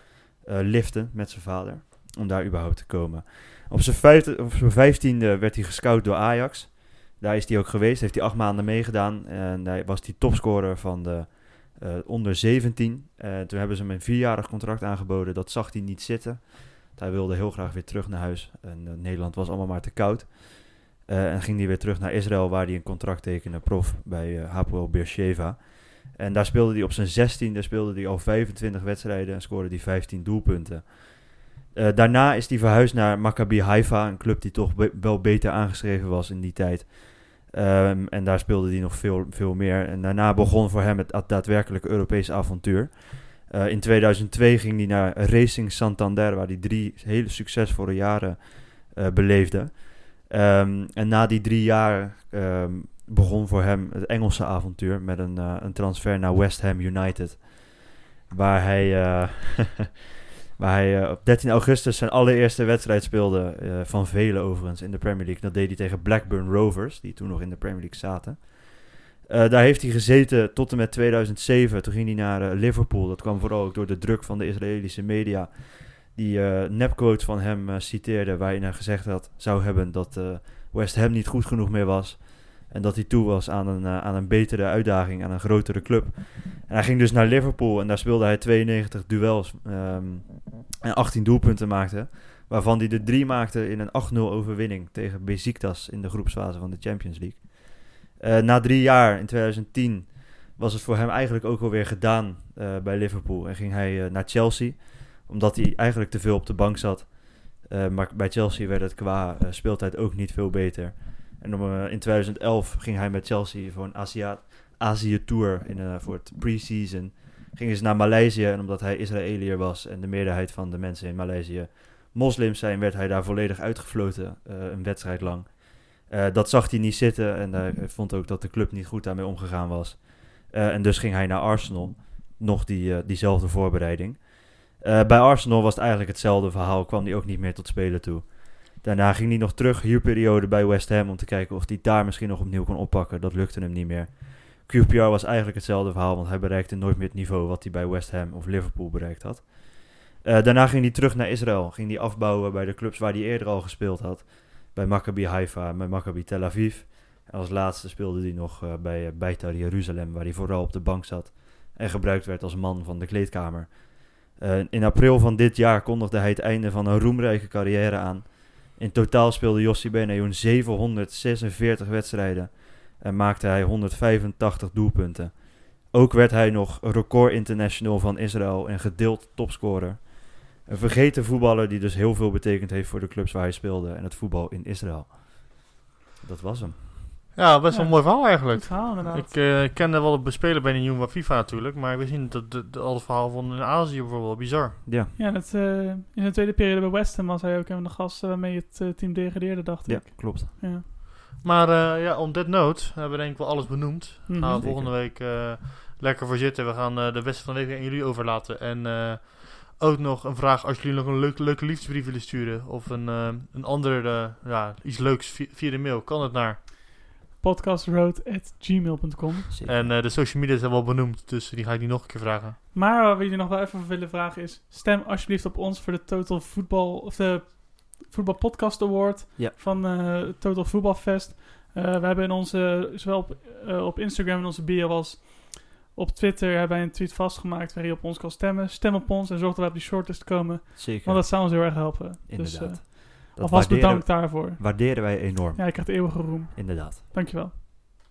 Speaker 4: eh, liften met zijn vader. Om daar überhaupt te komen. Op zijn vijfde- op zijn vijftiende werd hij gescout door Ajax. Daar is hij ook geweest, heeft hij acht maanden meegedaan. En daar was hij topscorer van de eh, onder 17. Eh, toen hebben ze hem een vierjarig contract aangeboden. Dat zag hij niet zitten. Want Hij wilde heel graag weer terug naar huis. En eh, Nederland was allemaal maar te koud. Eh, en ging hij weer terug naar Israël, waar hij een contract tekende, prof, bij eh Hapoel Beersheva. En daar speelde hij op zijn 16e speelde hij al 25 wedstrijden en scoorde hij 15 doelpunten. Eh, daarna is hij verhuisd naar Maccabi Haifa, een club die toch be- wel beter aangeschreven was in die tijd. Ehm, en daar speelde hij nog veel, veel meer. En daarna begon voor hem het a- daadwerkelijk Europees avontuur. Eh, in 2002 ging hij naar Racing Santander, waar hij drie hele succesvolle jaren eh, beleefde. Ehm, en na die drie jaar ehm, begon voor hem het Engelse avontuur met een, eh, een transfer naar West Ham United. Waar hij, eh, (laughs) waar hij eh, op 13 augustus zijn allereerste wedstrijd speelde, eh, van velen overigens, in de Premier League. Dat deed hij tegen Blackburn Rovers, die toen nog in de Premier League zaten. Eh, daar heeft hij gezeten tot en met 2007. Toen ging hij naar eh, Liverpool. Dat kwam vooral ook door de druk van de Israëlische media. Die eh nepquote van hem eh, citeerde, waarin hij gezegd had, zou hebben dat eh, West Ham niet goed genoeg meer was. En dat hij toe was aan een, eh, aan een betere uitdaging, aan een grotere club. En hij ging dus naar Liverpool en daar speelde hij 92 duels ehm, en 18 doelpunten maakte. Waarvan hij de drie maakte in een 8-0 overwinning tegen Besiktas in de groepsfase van de Champions League. Eh, na drie jaar, in 2010, was het voor hem eigenlijk ook alweer gedaan eh, bij Liverpool. En ging hij eh, naar Chelsea, omdat hij eigenlijk te veel op de bank zat. Eh, maar bij Chelsea werd het qua eh, speeltijd ook niet veel beter. En om, eh, in 2011 ging hij met Chelsea voor een Aziat Azië Tour in, eh, voor het pre-season. Gingen ze naar Maleisië en omdat hij Israëliër was en de meerderheid van de mensen in Maleisië moslims zijn, werd hij daar volledig uitgefloten eh, een wedstrijd lang. Eh, dat zag hij niet zitten en hij vond ook dat de club niet goed daarmee omgegaan was. Eh, en dus ging hij naar Arsenal, nog die, eh, diezelfde voorbereiding. Eh, bij Arsenal was het eigenlijk hetzelfde verhaal, kwam hij ook niet meer tot spelen toe. Daarna ging hij nog terug, huurperiode bij West Ham, om te kijken of hij daar misschien nog opnieuw kon oppakken. Dat lukte hem niet meer. QPR was eigenlijk hetzelfde verhaal, want hij bereikte nooit meer het niveau wat hij bij West Ham of Liverpool bereikt had. Eh, daarna ging hij terug naar Israël, ging hij afbouwen bij de clubs waar hij eerder al gespeeld had. Bij Maccabi Haifa, bij Maccabi Tel Aviv. En als laatste speelde hij nog eh, bij eh, Beitar Jeruzalem, waar hij vooral op de bank zat en gebruikt werd als man van de kleedkamer. Eh, in april van dit jaar kondigde hij het einde van een roemrijke carrière aan. In totaal speelde Jossi Benayoun 746 wedstrijden en maakte hij 185 doelpunten. Ook werd hij nog record international van Israël en gedeeld topscorer. Een vergeten voetballer die dus heel veel betekend heeft voor de clubs waar hij speelde en het voetbal in Israël. Dat was hem.
Speaker 2: Ja, best wel
Speaker 3: Ja.
Speaker 2: een mooi verhaal eigenlijk.
Speaker 3: Goed verhaal inderdaad.
Speaker 2: Ik eh, kende wel het bespelen bij de Jumba FIFA natuurlijk, maar we zien dat, dat, dat al het verhaal van in Azië bijvoorbeeld bizar.
Speaker 4: Ja,
Speaker 3: Ja, dat, eh, in zijn tweede periode bij West Ham was hij ook een van de gasten waarmee het eh, team degradeerde, dacht
Speaker 4: ja
Speaker 3: ik.
Speaker 4: klopt.
Speaker 3: Ja.
Speaker 2: Maar eh, ja, on that note hebben we denk ik wel alles benoemd.
Speaker 3: Mhm.
Speaker 2: Gaan we
Speaker 4: Zeker.
Speaker 2: volgende week eh, lekker voor zitten. We gaan eh, de beste van de week aan jullie overlaten. En eh, ook nog een vraag als jullie nog een leuk, leuke liefdesbrief willen sturen. Of een, eh, een ander, eh, ja, iets leuks vi- via de mail. Kan het naar.
Speaker 3: Podcastroad.gmail.com.
Speaker 4: Zeker.
Speaker 2: En eh, de social media zijn wel benoemd. Dus die ga ik niet nog een keer vragen.
Speaker 3: Maar waar we jullie nog wel even voor willen vragen is... Stem alsjeblieft op ons voor de Total Voetbal... Of de Voetbal Podcast Award
Speaker 4: Ja.
Speaker 3: van eh, Total Voetbal Fest. Eh, we hebben in onze... Zowel op, eh, op Instagram in onze bio als op Twitter... hebben wij een tweet vastgemaakt waar je op ons kan stemmen. Stem op ons en zorg dat wij op die shortlist komen.
Speaker 4: Zeker.
Speaker 3: Want dat zou ons heel erg helpen. Dus
Speaker 4: Inderdaad.
Speaker 3: eh,
Speaker 4: Dat
Speaker 3: alvast
Speaker 4: waarderen,
Speaker 3: bedankt daarvoor.
Speaker 4: waarderen wij enorm.
Speaker 3: Ja, ik krijg de eeuwige roem.
Speaker 4: Inderdaad.
Speaker 3: Dankjewel.